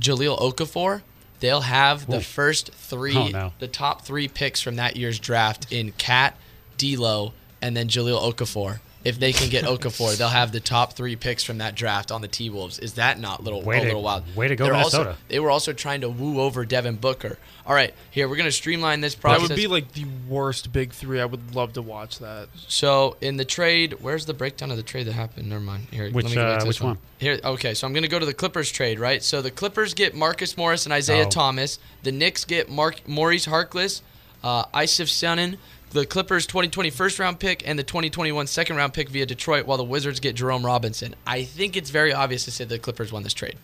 S4: Jaleel Okafor, they'll have the
S5: Ooh.
S4: first three,
S5: Oh, no.
S4: the top three picks from that year's draft in Cat, D'Lo, and then Jaleel Okafor. if they can
S5: (laughs)
S4: get Okafor, they'll have the top three picks from that draft on the T Wolves. Is that not little
S5: Way
S4: a
S5: to-
S4: little wild?
S5: way to go,
S4: They're also-
S5: Minnesota.
S4: they were also trying to woo over Devin Booker. All right, here we're gonna streamline this
S3: That
S4: process.
S3: would be like the worst big three. I would love to watch that.
S4: So in the trade, where's the breakdown of the trade that happened? Never mind. Here,
S5: Which,
S4: let me go back
S5: uh,
S4: to this
S5: which one?
S4: Here, okay. So I'm going to go to the Clippers trade, right? So the Clippers get Marcus Morris and Isaiah
S5: Oh.
S4: Thomas. The Knicks get Mark Maurice Harkless, uh, Isif Sonnen. The Clippers 2020 first round pick and the 2021 second round pick via Detroit, while the Wizards get Jerome Robinson. I think it's very obvious to say the Clippers won this trade.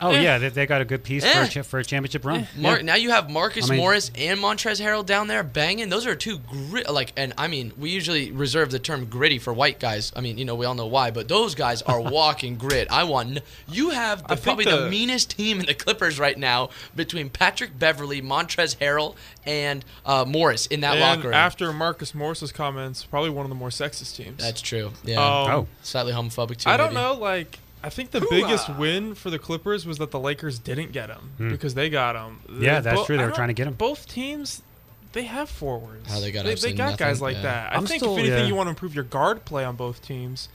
S5: Oh
S3: Eh.
S5: yeah, they, they got a good piece for,
S4: Eh.
S5: a, cha- for a championship run.
S4: Mar- Now you have Marcus
S5: I mean-
S4: Morris and Montrez Harrell down there banging. Those are two gri- like, and I mean, we usually reserve the term gritty for white guys. I mean, you know, we all know why, but those
S3: (laughs)
S4: guys are walking grit. I want n- you have the,
S3: think
S4: probably the,
S3: the-
S4: meanest team in the Clippers right now between Patrick Beverly, Montrez Harrell, and uh, Morris in that
S3: And
S4: locker room.
S3: after Marcus Morris's comments, probably one of the more sexist teams.
S4: That's true. Yeah,
S3: Um,
S5: oh,
S4: slightly homophobic too.
S3: I don't
S4: maybe.
S3: know. Like, I think the biggest win for the Clippers was that the Lakers didn't get him
S4: Hmm.
S3: because they got him.
S5: Yeah, that's true. They
S3: I
S5: were
S3: don't-
S5: trying to get him.
S3: Both teams, they have forwards.
S4: How they got
S3: they,
S4: absolutely
S3: got guys
S4: nothing,
S3: like
S4: yeah.
S3: that. I
S5: I'm
S3: think
S5: still-
S3: if anything,
S5: yeah.
S3: you want to improve your guard play on both teams.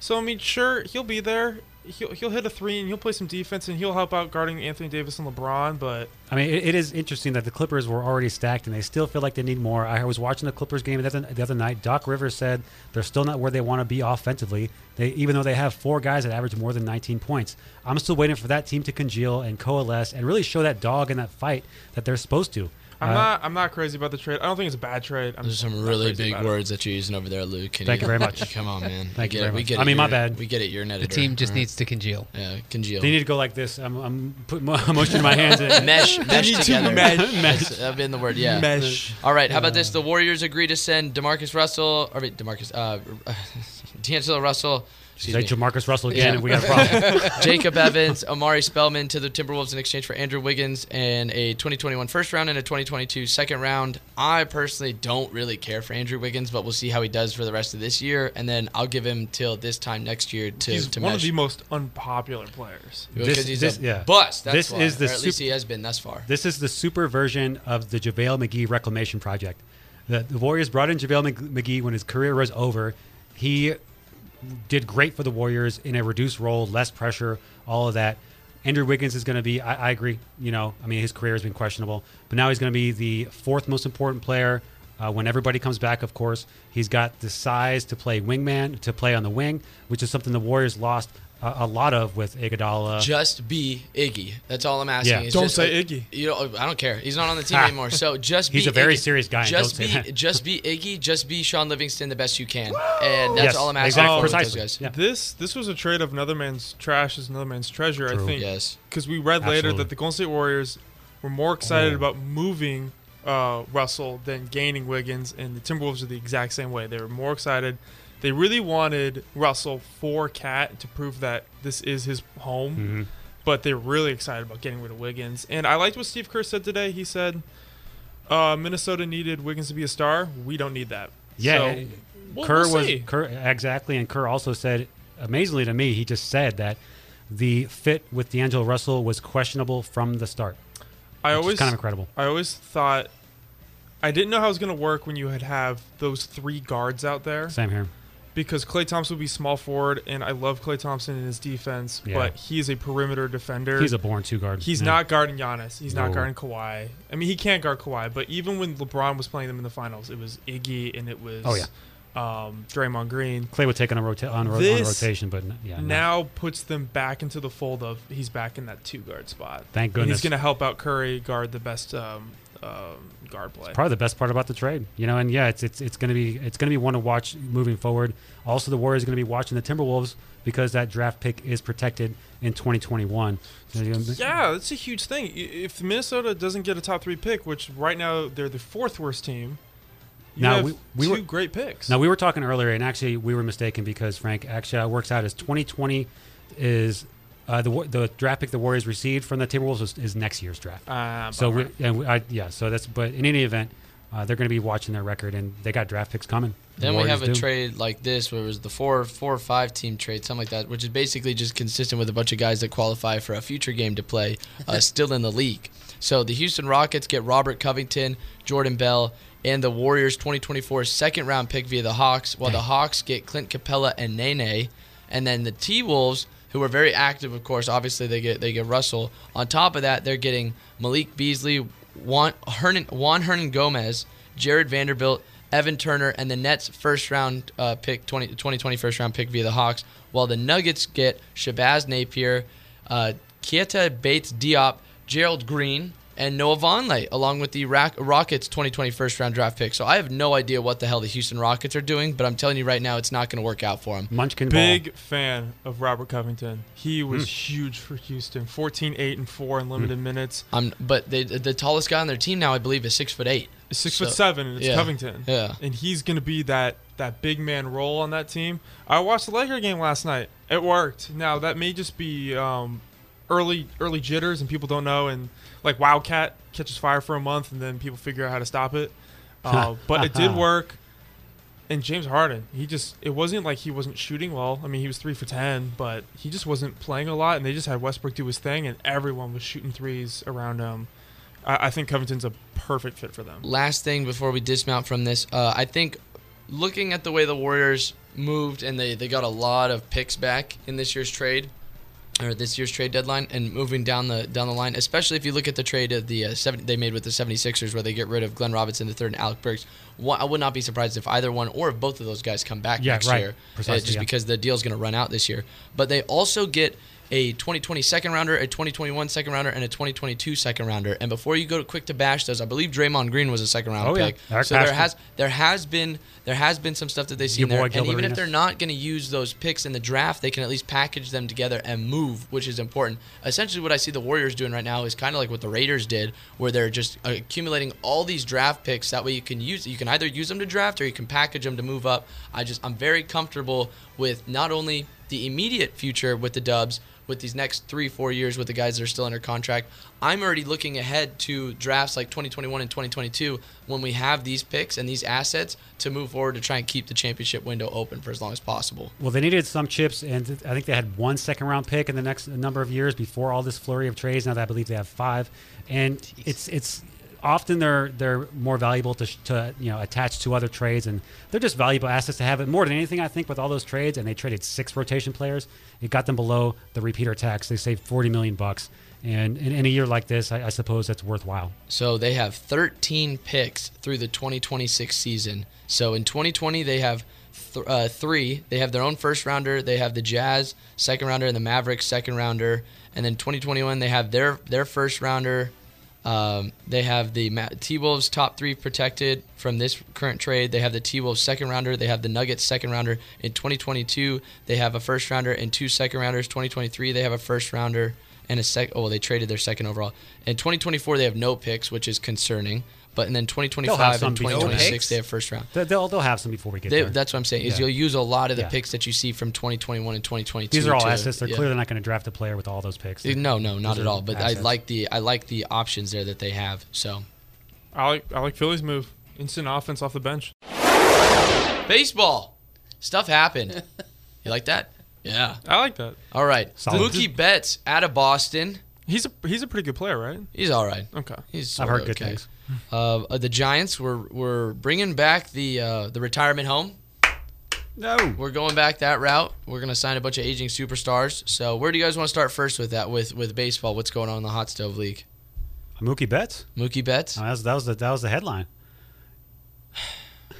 S3: So I mean, sure, he'll be there. He'll he'll hit a three and he'll play some defense and he'll help out guarding Anthony Davis and LeBron. But
S5: I mean, it, it is interesting that the Clippers were already stacked and they still feel like they need more. I was watching the Clippers game the other, the other night. Doc Rivers said they're still not where they want to be offensively. They even though they have four guys that average more than 19 points. I'm still waiting for that team to congeal and coalesce and really show that dog and that fight that they're supposed to.
S3: I'm
S5: Uh,
S3: not I'm not crazy about the trade. I don't think it's a bad trade. I'm just
S4: Those are Uh-huh. some
S3: not
S4: really
S3: crazy
S4: big
S3: about it.
S4: words that you're using over there, Luke. Can
S5: Thank you very
S4: (laughs)
S5: much.
S4: Come on, man.
S5: Thank
S4: we
S5: you
S4: get it.
S5: very
S4: We
S5: much.
S4: get
S5: I
S4: it.
S5: mean, my
S4: You're-
S5: bad.
S4: We get it. You're an editor.
S7: The team just
S4: All right.
S7: needs to congeal.
S4: Yeah, congeal.
S5: They need to go like this. I'm, I'm putting mo- motion in my (laughs) hands. And,
S4: mesh, mesh
S3: need to
S4: together.
S3: mesh.
S4: That's- That'd been the word. Yeah.
S3: Mesh.
S4: All right. How about this? The Warriors agree to send Demarcus Russell, or wait, Demarcus, uh, (laughs) D'Angelo Russell.
S5: She's
S4: (laughs)
S5: like
S4: Excuse me.
S5: Jamarcus Russell again,
S4: Yeah.
S5: and we got a
S4: (laughs)
S5: problem.
S4: Jacob Evans, Amari Spellman to the Timberwolves in exchange for Andrew Wiggins and a 2021 first round and a 2022 second round. I personally don't really care for Andrew Wiggins, but we'll see how he does for the rest of this year, and then I'll give him till this time next year to
S3: He's
S4: to
S3: one
S4: mesh.
S3: of the most unpopular players.
S4: because
S5: This-
S4: he's
S5: this-
S4: a
S5: yeah.
S4: bust. That's
S5: This
S4: why.
S5: is the
S4: or at least
S5: sup-
S4: he has been thus far.
S5: This is the super version of the JaVale McGee reclamation project. The, the Warriors brought in JaVale Mc- McGee when his career was over. He did great for the Warriors in a reduced role, less pressure, all of that. Andrew Wiggins is going to be, I, I agree, you know, I mean, his career has been questionable, but now he's going to be the fourth most important player uh, when everybody comes back, of course. He's got the size to play wingman, to play on the wing, which is something the Warriors lost a, a lot of with
S4: (laughs)
S5: Iguodala.
S4: just be Iggy. That's all I'm asking.
S5: Yeah.
S4: It's
S3: Don't
S4: just-
S3: say Iggy.
S4: You know, I don't care. He's not on the
S5: (laughs)
S4: team anymore. So just
S5: He's
S4: be
S5: a very
S4: Iggy.
S5: serious guy, and
S4: Just
S5: don't
S4: be
S5: say that.
S4: just be Iggy. Just be Sean Livingston the best you can, and that's
S5: Yes,
S4: all I'm asking
S5: exactly,
S4: for with
S5: precisely.
S4: those guys.
S5: Yeah.
S3: This this was a trade of another man's trash is another man's treasure. I
S5: True.
S3: think
S4: Yes.
S3: because we read later
S5: Absolutely.
S3: that the Golden State Warriors were more excited
S4: Oh.
S3: about moving uh, Russell than gaining Wiggins, and the Timberwolves are the exact same way. They were more excited. They really wanted Russell for Cat to prove that this is his home,
S4: Mm-hmm.
S3: but they're really excited about getting rid of Wiggins. And I liked what Steve Kerr said today. He said uh, Minnesota needed Wiggins to be a star. We don't need that.
S5: Yeah,
S3: So,
S5: and
S3: we'll-
S5: Kerr
S3: we'll
S5: was
S3: see.
S5: Kerr exactly, and Kerr also said, amazingly to me, he just said that the fit with D'Angelo Russell was questionable from the start.
S3: I
S5: Which
S3: always
S5: is kind of incredible.
S3: I always thought I didn't know how it was going to work when you had have those three guards out there
S5: Same here.
S3: because Clay Thompson would be small forward and I love Clay Thompson and his defense,
S5: Yeah.
S3: but he's a perimeter defender.
S5: He's a born two guard.
S3: He's
S5: Yeah.
S3: not guarding Giannis. He's not
S5: No.
S3: guarding Kawhi. I mean, he can't guard Kawhi, but even when LeBron was playing them in the finals, it was Iggy and it was
S5: Oh, yeah.
S3: um, Draymond Green.
S5: Clay would take on a, rota- on, ro- on
S3: This
S5: rotation, but n- yeah, no.
S3: Now puts them back into the fold of he's back in that two guard spot.
S5: Thank
S3: And
S5: goodness.
S3: he's going to help out Curry guard the best um, um, guard play.
S5: probably the best part about the trade, you know. And yeah, it's it's it's gonna be it's gonna be one to watch moving forward. Also, the Warriors are gonna be watching the Timberwolves because that draft pick is protected in 2021. So you're gonna be-
S3: Yeah, that's a huge thing. I- If Minnesota doesn't get a top three pick, which right now they're the fourth worst team, you
S5: Now,
S3: have
S5: we- we
S3: two
S5: were-
S3: great picks.
S5: Now we were talking earlier, and actually we were mistaken because Frank actually how it works out as 2020 is uh, the wa- the draft pick the Warriors received from the Timberwolves is, is next year's draft.
S3: Ah,
S5: so
S3: bummer.
S5: we and we, I, yeah, so that's but in any event, uh, they're going to be watching their record, and they got draft picks coming. The
S4: Then we
S5: Warriors
S4: have a
S5: do.
S4: trade like this, where it was the four, four or five team trade, something like that, which is basically just consistent with a bunch of guys that qualify for a future game to
S5: (laughs)
S4: play, uh, still in the league. So the Houston Rockets get Robert Covington, Jordan Bell, and the Warriors 2024 second round pick via the Hawks, while the Hawks get Clint Capella and Nene, and then the T Wolves, who are very active, of course. Obviously, they get they get Russell. On top of that, they're getting Malik Beasley, Juan Hernan, Juan Hernan Gomez, Jared Vanderbilt, Evan Turner, and the Nets first round uh, pick 20, 2020 first round pick via the Hawks, while the Nuggets get Shabazz Napier, uh, Kieta Bates Diop, Gerald Green, and Noah Vonleh, along with the Rock- Rockets 2020 first round draft pick. So I have no idea what the hell the Houston Rockets are doing, but I'm telling you right now, it's not going to work out for them.
S5: Munchkin
S3: Big fan of Robert Covington. He was
S5: Hmm.
S3: huge for Houston. 14, 8, and 4 in limited minutes.
S4: Um, but they, the tallest guy on their team now, I believe, is six foot eight.
S3: Six
S4: So-
S3: foot seven, and it's
S4: yeah,
S3: Covington.
S4: yeah.
S3: And he's gonna be that that big man role on that team. I watched the Laker game last night. It worked. Now that may just be um, early early jitters and people don't know and like Wildcat catches fire for a month and then people figure out how to stop
S4: (laughs)
S3: it. Uh, but it did work. And James Harden, he just it wasn't like he wasn't shooting well. I mean, he was 3 for 10, but he just wasn't playing a lot and they just had Westbrook do his thing and everyone was shooting threes around him. I, I think Covington's a perfect fit for them.
S4: last thing before we dismount from this, uh, I think looking at the way the Warriors moved and they, they got a lot of picks back in this year's trade or this year's trade deadline and moving down the down the line, especially if you look at the trade of the uh, 70, they made with the 76ers where they get rid of Glenn Robinson the third and Alec Burks. One, I would not be surprised if either one or if both of those guys come back
S5: Yeah,
S4: next
S5: right.
S4: year uh,
S5: Precisely,
S4: just
S5: yeah.
S4: because the deal's going to run out this year. But they also get a 2020 second rounder, a 2021 second rounder, and a 2022 second rounder. And before you go to quick to bash those, I believe Draymond Green was a second round
S5: Oh, yeah.
S4: pick.
S5: Eric
S4: So there
S5: Paxton.
S4: has there has been there has been some stuff that they've
S5: Your
S4: seen
S5: boy
S4: there. And
S5: Gilbert
S4: even if
S5: Arenas.
S4: they're not going to use those picks in the draft, they can at least package them together and move, which is important. Essentially, what I see the Warriors doing right now is kind of like what the Raiders did, where they're just accumulating all these draft picks. That way, you can use you can either use them to draft or you can package them to move up. I just I'm very comfortable with not only the immediate future with the Dubs, with these next three, four years with the guys that are still under contract. I'm already looking ahead to drafts like 2021 and 2022 when we have these picks and these assets to move forward to try and keep the championship window open for as long as possible.
S5: Well, they needed some chips, and th- I think they had one second round pick in the next number of years before all this flurry of trades. Now that I believe they have five, and it's it's often they're they're more valuable to, sh- to you know attach to other trades, and they're just valuable assets to have it more than anything. I think with all those trades, and they traded six rotation players, it got them below the repeater tax. They saved forty million bucks, and in, in a year like this, I, I suppose that's worthwhile.
S4: So they have 13 picks through the 2026 season. So in 2020, they have th- uh, three. They have their own first rounder. They have the Jazz second rounder and the Mavericks second rounder. And then 2021, they have their their first rounder. Um, they have the Ma- T Wolves top three protected from this current trade. They have the T Wolves second rounder. They have the Nuggets second rounder. In 2022, they have a first rounder and two second rounders. 2023, they have a first rounder and a sec. Oh, well, they traded their second overall. In 2024, they have no picks, which is concerning. But and then 2025
S5: some
S4: and
S5: before. No
S4: 2026,
S7: picks?
S4: they have first round.
S5: They- They'll they'll have some before we get
S4: They,
S5: there.
S4: that's what I'm saying. Is
S5: Yeah.
S4: you'll use a lot of the
S5: Yeah.
S4: picks that you see from 2021 and 2022.
S5: These are all
S4: to-
S5: assets. They're
S4: yeah.
S5: clearly not going to draft a player with all those picks.
S4: No, no, not
S5: These
S4: at
S5: are
S4: all. But I
S5: assets.
S4: like the I like the options there that they have. So
S3: I like I like Philly's move. Instant offense off the bench.
S4: baseball stuff
S5: (laughs)
S4: happened. you like that? Yeah.
S3: I like that.
S4: All right.
S5: Solid.
S4: Mookie Betts out of Boston.
S3: He's a he's a pretty good player, right?
S4: He's all right.
S3: Okay.
S4: He's
S5: I've
S4: sorta
S5: heard good
S4: okay.
S5: things.
S4: Uh, uh, the Giants were were bringing back the uh, the retirement home.
S5: No.
S4: We're going back that route. We're gonna sign a bunch of aging superstars. So where do you guys want to start first with that? With with baseball, what's going on in the hot stove league?
S5: Mookie Betts.
S4: Mookie Betts,
S5: Oh, that was that was the that was the headline.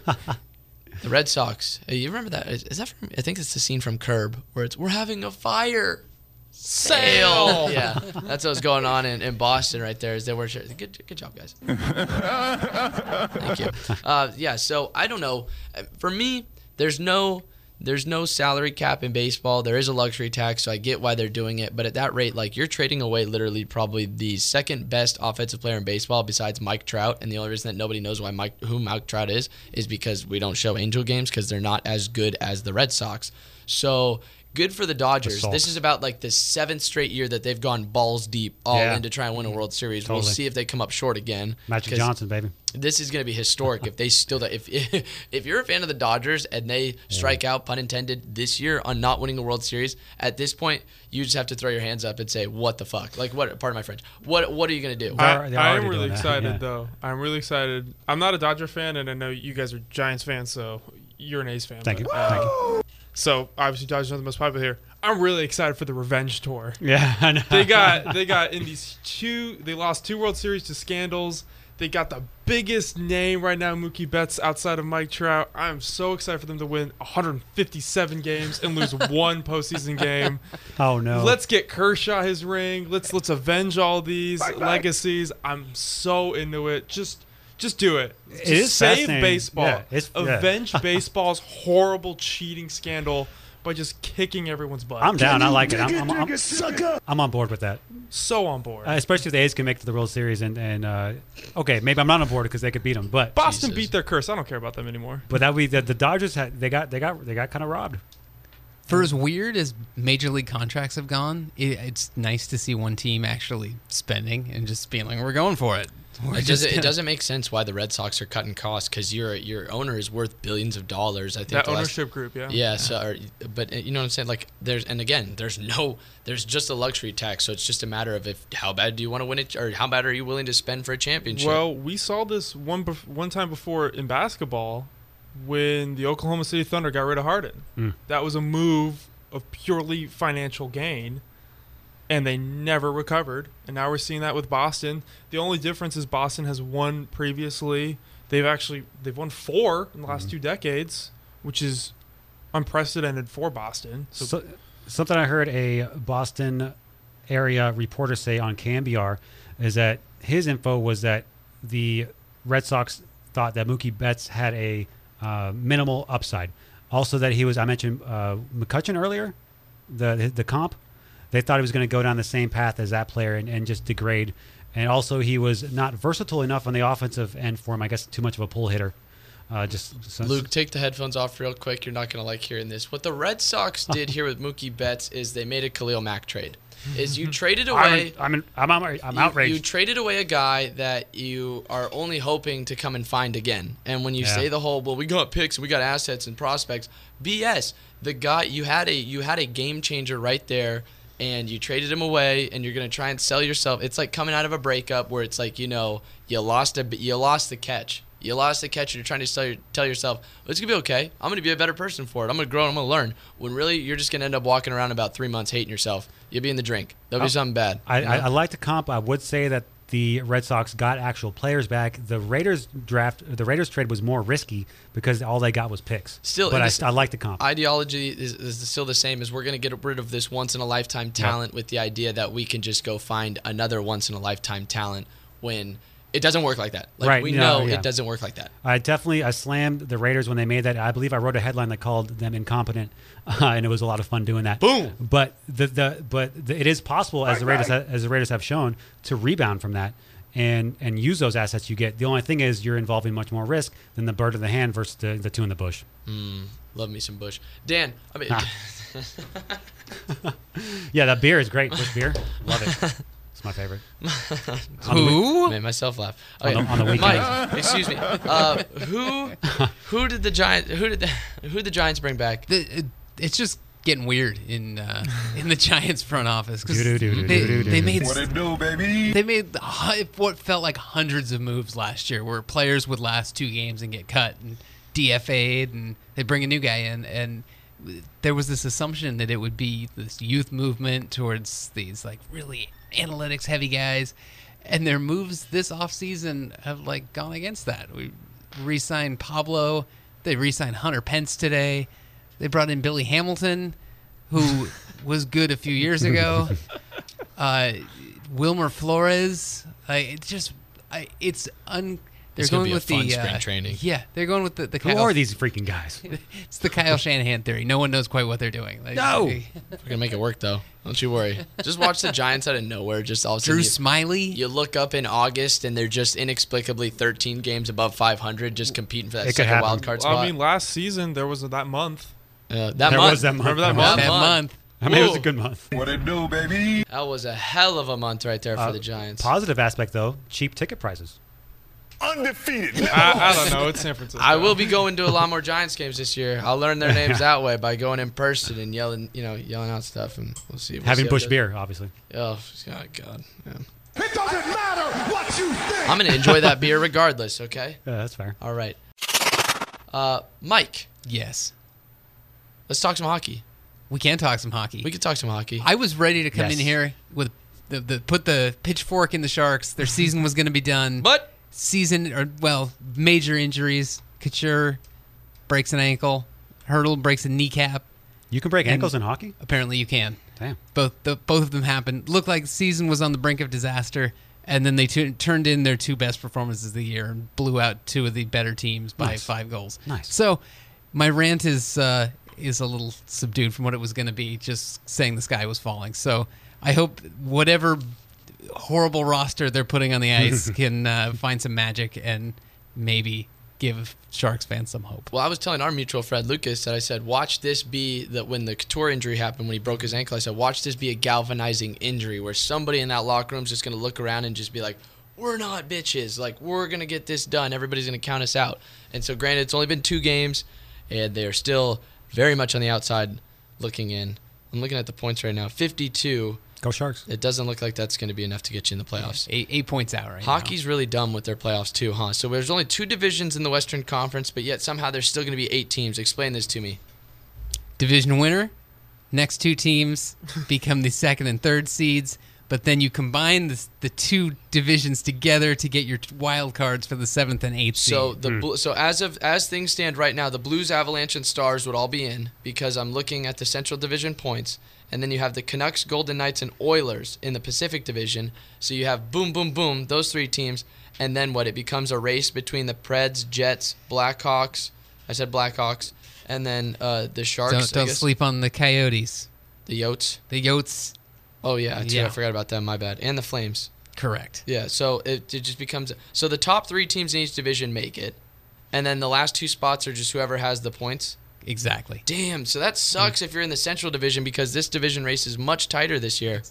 S4: the Red Sox. Hey, you remember that? Is, is that from? I think it's the scene from Curb where it's we're having a fire sale. yeah, that's what's going on in, in Boston right there. Is they were good. Good job, guys. Thank you. Uh, yeah. So I don't know. For me, there's no there's no salary cap in baseball. There is a luxury tax, so I get why they're doing it. But at that rate, like you're trading away literally probably the second best offensive player in baseball besides Mike Trout. And the only reason that nobody knows why Mike who Mike Trout is is because we don't show Angel games because they're not as good as the Red Sox. So good for the Dodgers.
S5: Assault.
S4: This is about like the seventh straight year that they've gone balls deep all
S5: Yeah.
S4: in to try and win a World Series. We'll
S5: Totally.
S4: see if they come up short again.
S5: Magic
S4: 'cause-
S5: Johnson, baby.
S4: this is going to be historic if they still if (laughs) if you're a fan of the Dodgers and
S3: Mm.
S4: they strike out pun intended this year on not winning the World Series at this point you just have to throw your hands up and say what the fuck like what pardon my French what what are you going to do
S5: They're-
S3: I,
S5: they're
S3: I
S5: already
S3: am really
S5: doing that,
S3: excited
S5: yeah.
S3: though. I'm really excited. I'm not a Dodger fan, and I know you guys are Giants fans, so you're an A's fan.
S5: Thank
S3: but,
S5: you.
S3: uh,
S5: Thank you.
S3: So obviously Dodgers are the most popular here. I'm really excited for the revenge tour.
S5: Yeah, (laughs) I know.
S3: They got they got in these two. They lost two World Series to scandals. They got the biggest name right now, Mookie Betts, outside of Mike Trout. I'm so excited for them to win 157 games and
S5: (laughs)
S3: lose one postseason game.
S5: Oh no.
S3: Let's get Kershaw his ring. Let's let's avenge all these legacies. I'm so into it. Just just do it. Just
S5: is
S3: save
S5: fascinating.
S3: baseball.
S5: Yeah, it's- yeah.
S3: avenge
S5: (laughs)
S3: baseball's horrible cheating scandal by just kicking everyone's butt.
S5: I'm down. I like it. I'm, I'm, I'm, I'm on board with that.
S3: so on board.
S5: Uh, especially if the A's can make it to the World Series and and uh, okay, maybe I'm not on board because they could beat them, but
S3: Boston
S4: Jesus.
S3: beat their curse. I don't care about them anymore.
S5: but that we the, the Dodgers had they got they got they got kind of robbed.
S7: For as weird as major league contracts have gone, it, it's nice to see one team actually spending and just being like, "We're going for it." We're
S4: It
S7: just
S4: doesn't, it
S3: (laughs)
S7: gonna-
S4: doesn't make sense why the Red Sox are cutting costs because your your owner is worth billions of dollars. I think
S3: That
S4: the last-
S3: ownership group, yeah.
S4: Yeah, so or, but uh, you know what I'm saying? Like there's and again, there's no there's just a luxury tax, so it's just a matter of if how bad do you want to win it or how bad are you willing to spend for a championship?
S3: Well, we saw this one bef- one time before in basketball when the Oklahoma City Thunder got rid of Harden. That was a move of purely financial gain, and they never recovered. And now we're seeing that with Boston. The only difference is Boston has won previously. They've actually they've won four in the last two decades, which is unprecedented for Boston. So,
S5: So, something I heard a Boston area reporter say on KMBR is that his info was that the Red Sox thought that Mookie Betts had a uh, minimal upside. Also, that he was I mentioned uh, McCutcheon earlier, the the comp. They thought he was going to go down the same path as that player and, and just degrade. And also, he was not versatile enough on the offensive end for him. I guess too much of a pull hitter. Uh, just so-
S4: Luke, take the headphones off real quick. You're not gonna like hearing this. What the Red Sox did here with Mookie Betts is they made a Khalil Mack trade. Is you traded away.
S5: I'm I'm I'm, I'm, I'm
S4: you-
S5: outraged.
S4: You, traded away a guy that you are only hoping to come and find again. And when you
S5: Yeah.
S4: say the whole, well, we got picks, we got assets and prospects, BS. The guy you had a you had a game changer right there, and you traded him away, and you're gonna try and sell yourself. It's like coming out of a breakup where it's like you know you lost a you lost the catch. You lost the catch, and you're trying to tell, your, tell yourself, it's going to be okay. I'm going to be a better person for it. I'm going to grow and I'm going to learn. When really, you're just going to end up walking around about three months hating yourself. You'll be in the drink. There'll be something bad.
S5: I,
S4: you
S5: I,
S4: know?
S5: I like the comp. I would say that the Red Sox got actual players back. The Raiders draft, the Raiders trade was more risky because all they got was picks.
S4: Still,
S5: but
S4: and
S5: I,
S4: this-
S5: I like the comp.
S4: ideology is, is still the same as we're going to get rid of this once in a lifetime talent with the idea that we can just go find another once in a lifetime talent when it doesn't work like that. Like
S5: Right,
S4: we
S5: yeah,
S4: know
S5: yeah.
S4: it doesn't work like that.
S5: I definitely I slammed the Raiders when they made that. I believe I wrote a headline that called them incompetent, (laughs) uh, and it was a lot of fun doing that. Boom! But the, the but the, it is possible as the Raiders as the Raiders have shown to rebound from that and and use those assets you get. The only thing is you're involving much more risk than the bird in the hand versus the, the two in the bush.
S4: Love me some Bush, Dan. I mean,
S5: Ah.
S4: (laughs)
S5: Yeah, that beer is great. Bush beer,
S4: (laughs)
S5: love it. It's my favorite. On the week-
S7: Who?
S4: made myself laugh.
S5: (laughs) On the- on the
S4: Mike, excuse me. Uh,
S5: (laughs)
S4: who who did the Giants who did the, (laughs) who did the Giants bring back?
S7: the, it, it's just getting weird in uh, in the (laughs) Giants front office 'cause they,
S5: Doo-doo-doo-doo-doo-doo.
S7: they made
S2: What it do, baby?
S7: they made hu- what felt like hundreds of moves last year, where players would last two games and get cut and DFA'd, and they bring a new guy in, and there was this assumption that it would be this youth movement towards these like really analytics heavy guys, and their moves this offseason have like gone against that. We re-signed Pablo, they re-signed Hunter Pence today, they brought in Billy Hamilton, who was good a few years ago uh, Wilmer Flores. I it just I, it's un. They're
S4: It's gonna
S7: going
S4: be a
S7: with
S4: fun
S7: the
S4: spring
S7: uh,
S4: training.
S7: Yeah, they're going with the the
S5: Who
S7: Kyle.
S5: are these freaking guys?
S7: It's the Kyle Shanahan theory. No one knows quite what they're doing. Like,
S5: No!
S4: We're gonna make it work though. Don't you worry. Just watch the Giants out of nowhere. Just all of a sudden
S7: Drew
S4: you-
S7: Smiley.
S4: You look up in August and they're just inexplicably 13 games above 500, just competing for that
S5: It could
S4: second
S5: happen.
S4: wild card spot.
S3: I mean, last season there was that month.
S4: Uh, that
S5: There
S4: month,
S5: was that month.
S4: Remember that
S5: That
S4: month?
S7: that month.
S5: I mean, it was a
S4: Whoa.
S5: good month.
S2: What it do, baby?
S5: Uh,
S4: That was a hell of a month right there for the Giants.
S5: Positive aspect though, cheap ticket prices.
S6: undefeated.
S3: I, I don't know. It's San Francisco.
S4: I will be going to a lot more Giants games this year. I'll learn their names that way by going in person and yelling, you know, yelling out stuff, and we'll see. We'll
S5: Having
S4: see how it
S5: Bush
S4: goes.
S5: beer, obviously.
S4: Oh, oh, God. Yeah.
S6: It doesn't matter what you think.
S4: I'm gonna enjoy that beer regardless. Okay.
S5: Yeah, that's fair.
S4: All right. Uh, Mike,
S7: Yes.
S4: let's talk some hockey.
S7: We can talk some hockey.
S4: We could talk some hockey.
S7: I was ready to come
S5: Yes.
S7: in here with the, the put the pitchfork in the Sharks. Their season was going to be done.
S4: (laughs) but
S7: season or well, major injuries. Couture breaks an ankle. Hurdle breaks a kneecap.
S5: You can break ankles in hockey.
S7: Apparently, you can.
S5: Damn.
S7: Both the, both of them happened. Looked like the season was on the brink of disaster, and then they tu- turned in their two best performances of the year and blew out two of the better teams by
S5: Nice.
S7: five goals.
S5: Nice.
S7: So, my rant is uh, is a little subdued from what it was going to be. Just saying the sky was falling. So, I hope whatever horrible roster they're putting
S5: (laughs)
S7: on the ice can uh, find some magic and maybe give Sharks fans some hope.
S4: well, I was telling our mutual friend Lucas that I said, watch this be that when the Couture injury happened, when he broke his ankle, I said, watch this be a galvanizing injury where somebody in that locker room's just gonna look around and just be like, we're not bitches. Like we're gonna get this done. Everybody's gonna count us out. And so, granted, it's only been two games, and they're still very much on the outside looking in. I'm looking at the points right now. 52.
S5: Go Sharks.
S4: It doesn't look like that's going to be enough to get you in the playoffs.
S7: Eight, eight points out right now.
S4: Hockey's really dumb with their playoffs too, huh? So there's only two divisions in the Western Conference, but yet somehow there's still going to be eight teams. Explain this to me.
S7: division winner. Next
S5: (laughs)
S7: two teams become the second and third seeds, but then you combine the, the two divisions together to get your t- wild cards for the seventh and eighth
S4: So
S7: seed.
S4: the
S5: Hmm.
S4: Blu- so as of as things stand right now, the Blues, Avalanche, and Stars would all be in because I'm looking at the Central Division points, and then you have the Canucks, Golden Knights, and Oilers in the Pacific Division. So you have boom, boom, boom, those three teams, and then what? It becomes a race between the Preds, Jets, Blackhawks. I said Blackhawks, and then uh, the Sharks.
S7: Don't,
S4: I
S7: don't
S4: guess.
S7: sleep on the Coyotes.
S4: The Yotes.
S7: The Yotes,
S4: Oh yeah, too. I
S7: Yeah.
S4: forgot about them. My bad. And the Flames.
S7: correct.
S4: Yeah. So it, it just becomes so the top three teams in each division make it, and then the last two spots are just whoever has the points.
S7: Exactly.
S4: Damn. So
S5: Mm.
S4: that sucks if you're in the Central Division because this division race is much tighter this year.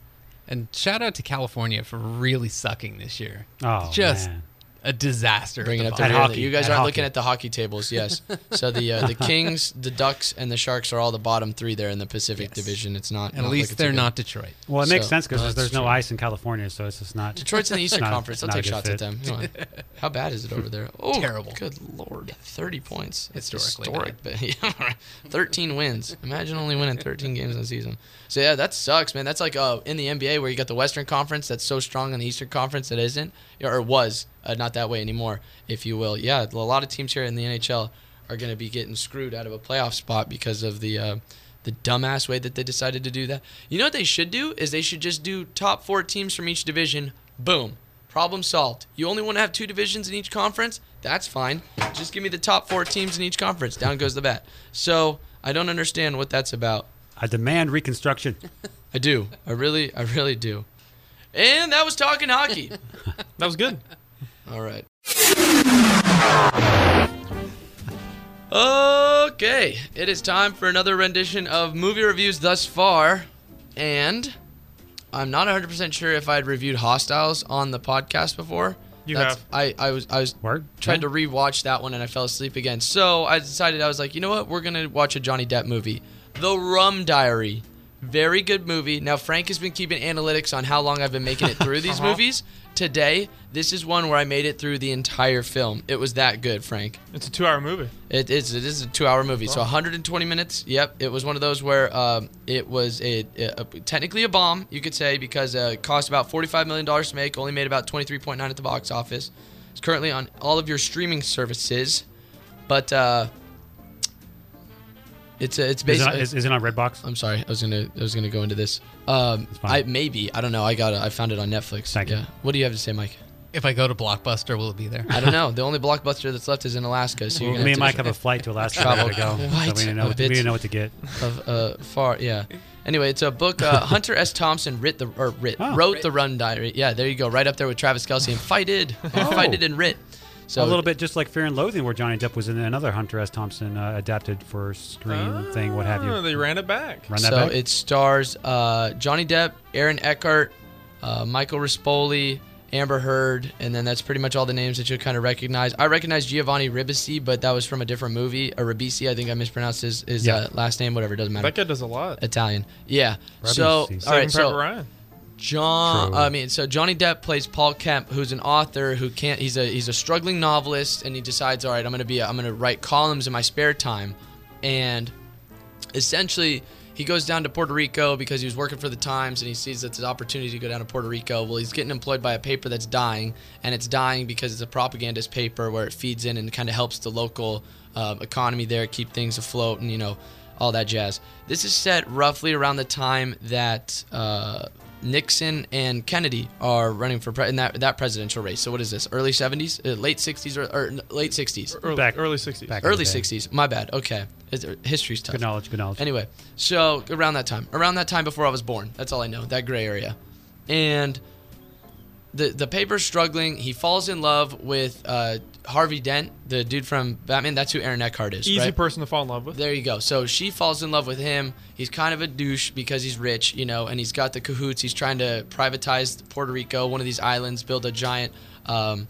S7: And shout out to California for really sucking this year.
S5: Oh,
S7: Just
S5: man.
S7: a disaster. at
S4: Bringing
S7: the
S4: up the
S5: At
S4: rear
S7: bottom.
S4: that
S5: hockey,
S4: you guys
S5: at
S4: aren't
S5: hockey.
S4: looking at the hockey tables.
S5: (laughs)
S4: Yes. so the uh, the Kings, the Ducks, and the Sharks are all the bottom three there in the Pacific
S7: Yes.
S4: Division. It's not.
S7: At
S4: not
S7: least
S4: looking too
S7: they're
S4: good.
S7: not Detroit.
S5: Well, it makes
S4: So- uh,
S5: sense because
S4: No,
S5: there's
S4: that's
S5: no
S4: true.
S5: ice in California, so it's just not.
S4: Detroit's in the Eastern
S5: (laughs) Not a-
S4: Conference. I'll
S5: not a
S4: take
S5: good
S4: shots at
S5: fit.
S4: them. Come on. How bad is it over
S5: (laughs)
S4: there? Oh,
S7: Terrible.
S4: Good lord, thirty points. It's
S7: Historically
S4: historic. But (laughs) yeah, thirteen wins. Imagine only winning thirteen games in a season. So yeah, that sucks, man. That's like uh, in the NBA where you got the Western Conference that's so strong and the Eastern Conference that isn't or was uh, not that way anymore, if you will. Yeah, a lot of teams here in the NHL are going to be getting screwed out of a playoff spot because of the. Uh, the dumbass way that they decided to do that. You know what they should do is they should just do top four teams from each division. Boom, problem solved. You only want to have two divisions in each conference. That's fine. Just give me the top four teams in each conference. Down goes the bat. So I don't understand what that's about.
S5: I demand reconstruction.
S4: I do. I really, I really do. And that was talking hockey.
S3: That was good.
S4: All right. Okay, it is time for another rendition of movie reviews thus far, and I'm not 100% sure if I'd reviewed Hostiles on the podcast before.
S3: You have.
S4: I, I was I was
S5: Word?
S4: tried to rewatch that one and I fell asleep again. So I decided I was like, you know what, we're gonna watch a Johnny Depp movie, The Rum Diary. Very good movie. Now Frank has been keeping analytics on how long I've been making it through these movies. Today, this is one where I made it through the entire film. It was that good, Frank.
S3: It's a two-hour movie.
S4: It is. It is a two-hour movie,
S5: Oh.
S4: so 120 minutes. Yep. It was one of those where um, it was a, a, a- technically a bomb, you could say, because uh, it cost about 45 million dollars to make, only made about 23.9 at the box office. It's currently on all of your streaming services, but uh, it's a, it's
S5: Is it,
S4: basically.
S5: on, is, is it on Redbox?
S4: I'm sorry. I was gonna I was gonna go into this. Um, I
S5: fine.
S4: maybe I don't know. I got I found it on Netflix.
S5: Thank you.
S4: yeah. What do you have to say, Mike?
S7: If I go to Blockbuster, will it be there?
S4: I
S5: (laughs)
S4: don't know. The only blockbuster that's left is in Alaska. So you're
S5: Well,
S4: gonna
S5: me
S4: have
S5: and
S4: to
S5: Mike have a flight to Alaska
S4: Travel.
S5: to go. So
S4: What
S5: we didn't
S4: a
S5: know, what, we
S4: bitch.
S5: didn't know what to get.
S4: of uh, far yeah. Anyway, it's a book. Uh, Hunter S. Thompson writ the or writ
S5: Oh.
S4: wrote the Run Diary. Yeah, there you go. Right up there with Travis Kelsey and (laughs) fighted, fighted and writ. So
S5: Oh. a little bit just like Fear and Loathing, where Johnny Depp was in another Hunter S. Thompson uh, adapted for screen thing, what have you.
S3: Ah, They ran it back.
S5: Run that
S4: So
S5: back.
S4: it stars uh, Johnny Depp, Aaron Eckhart, uh, Michael Rispoli, Amber Heard, and then that's pretty much all the names that you'll kind of recognize. I recognize Giovanni Ribisi, but that was from a different movie. Or Ribisi, I think I mispronounced his, his
S5: Yeah.
S4: uh, last name, whatever, doesn't matter.
S3: That guy does a lot.
S4: Italian. Yeah. So, all
S5: Ribisi.
S4: right,
S3: Saving
S4: so.
S3: Private Ryan.
S4: John,
S5: True.
S4: I mean, so Johnny Depp plays Paul Kemp, who's an author who can't. He's a he's a struggling novelist, and he decides, all right, I'm gonna be, a, I'm gonna write columns in my spare time, and essentially he goes down to Puerto Rico because he was working for the Times, and he sees that's an opportunity to go down to Puerto Rico. Well, he's getting employed by a paper that's dying, and it's dying because it's a propagandist paper where it feeds in and kind of helps the local uh, economy there keep things afloat, and you know. All that jazz. This is set roughly around the time that uh, Nixon and Kennedy are running for pre- in that that presidential race. So what is this? Early 70s, uh, late 60s, or, or n- late 60s,
S3: Early,
S5: Back-
S3: early 60s.
S5: back-
S4: early
S5: okay.
S4: 60s. My bad. Okay, It's- uh, history's tough.
S5: Good knowledge. Good knowledge.
S4: Anyway, so around that time, around that time before I was born, that's all I know. That gray area, and the the paper's struggling. He falls in love with uh, Harvey Dent, the dude from Batman. That's who Aaron Eckhart is.
S3: Easy
S4: right?
S3: person to fall in love with.
S4: There you go. So she falls in love with him. He's kind of a douche because he's rich, you know, and he's got the cahoots. He's trying to privatize Puerto Rico, one of these islands, build a giant, um,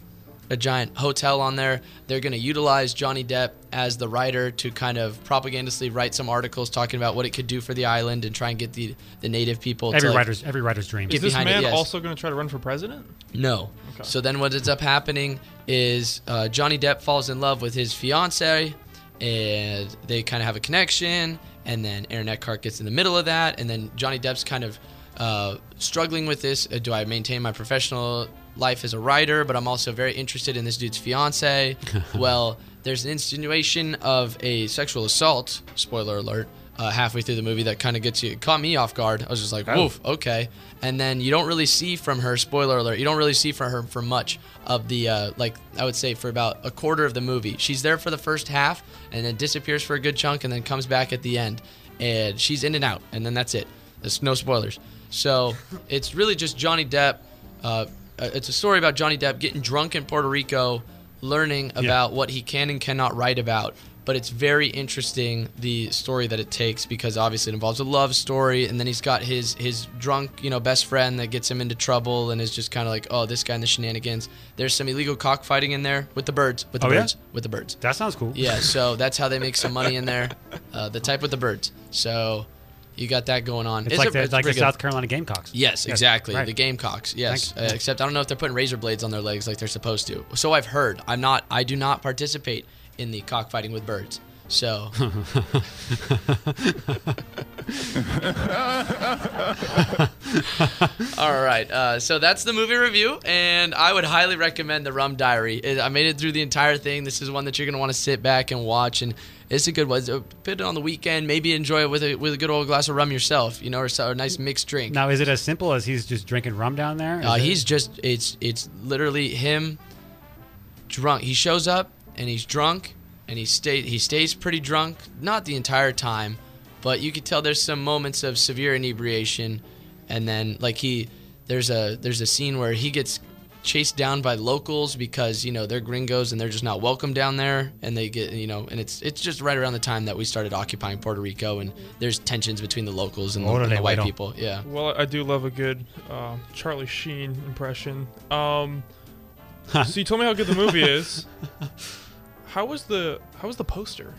S4: a giant hotel on there. They're going to utilize Johnny Depp as the writer to kind of propagandistically write some articles talking about what it could do for the island and try and get the the native people.
S5: every
S4: to, like,
S5: writer's every writer's dream.
S4: Give
S3: Is this
S4: behind it,
S3: man
S4: yes.
S3: also going to try to run for president?
S4: No. So then what ends up happening is uh, Johnny Depp falls in love with his fiancee, and they kind of have a connection. And then Aaron Eckhart gets in the middle of that, and then Johnny Depp's kind of uh, struggling with this. Uh, do I maintain my professional life as a writer, but I'm also very interested in this dude's fiancee? well, there's an insinuation of a sexual assault. Spoiler alert. Uh, halfway through the movie, that kind of gets you it caught me off guard. I was just like, "Woof, okay." And then you don't really see from her. Spoiler alert: you don't really see from her for much of the uh, like. I would say for about a quarter of the movie, she's there for the first half, and then disappears for a good chunk, and then comes back at the end, and she's in and out, and then that's it. There's no spoilers. So it's really just Johnny Depp. Uh, it's a story about Johnny Depp getting drunk in Puerto Rico, learning about what he can and cannot write about. But it's very interesting the story that it takes because obviously it involves a love story, and then he's got his his drunk you know best friend that gets him into trouble and is just kind of like oh this guy and the shenanigans. There's some illegal cockfighting in there with the birds, with the
S5: Oh, yeah?
S4: birds, with the birds.
S5: that sounds cool.
S4: Yeah, so that's how they make some money in
S5: (laughs)
S4: there. Uh, the type with the birds. So you got that going on.
S5: It's, like
S4: a-
S5: the, like the
S4: pretty good.
S5: South Carolina Gamecocks.
S4: Yes, exactly.
S5: right.
S4: The Gamecocks. Yes, uh,
S5: Thanks.
S4: except I don't know if they're putting razor blades on their legs like they're supposed to. So I've heard. I'm not. I do not participate in the cockfighting with birds. So (laughs) All right. Uh, so that's the movie review, and I would highly recommend the Rum Diary. It- I made it through the entire thing. This is one that you're gonna want to sit back and watch, and it's a good one. So Put it on the weekend. Maybe enjoy it with a with a good old glass of rum yourself, you know, or, so, a nice mixed drink.
S5: Now, is it as simple as he's just drinking rum down there? Is
S4: Uh,
S5: it-
S4: he's just it's it's literally him drunk. He shows up and he's drunk and he stay he stays pretty drunk, not the entire time, but you could tell there's some moments of severe inebriation and then like he there's a there's a scene where he gets chased down by locals because you know they're gringos and they're just not welcome down there and they get you know and it's it's just right around the time that we started occupying Puerto Rico and there's tensions between the locals and, the-
S5: Órale,
S4: and the white
S5: güero.
S4: people yeah
S3: Well, I do love a good uh, Charlie Sheen impression. Um, so you told me how good the
S5: (laughs)
S3: movie is. How was the How was the poster?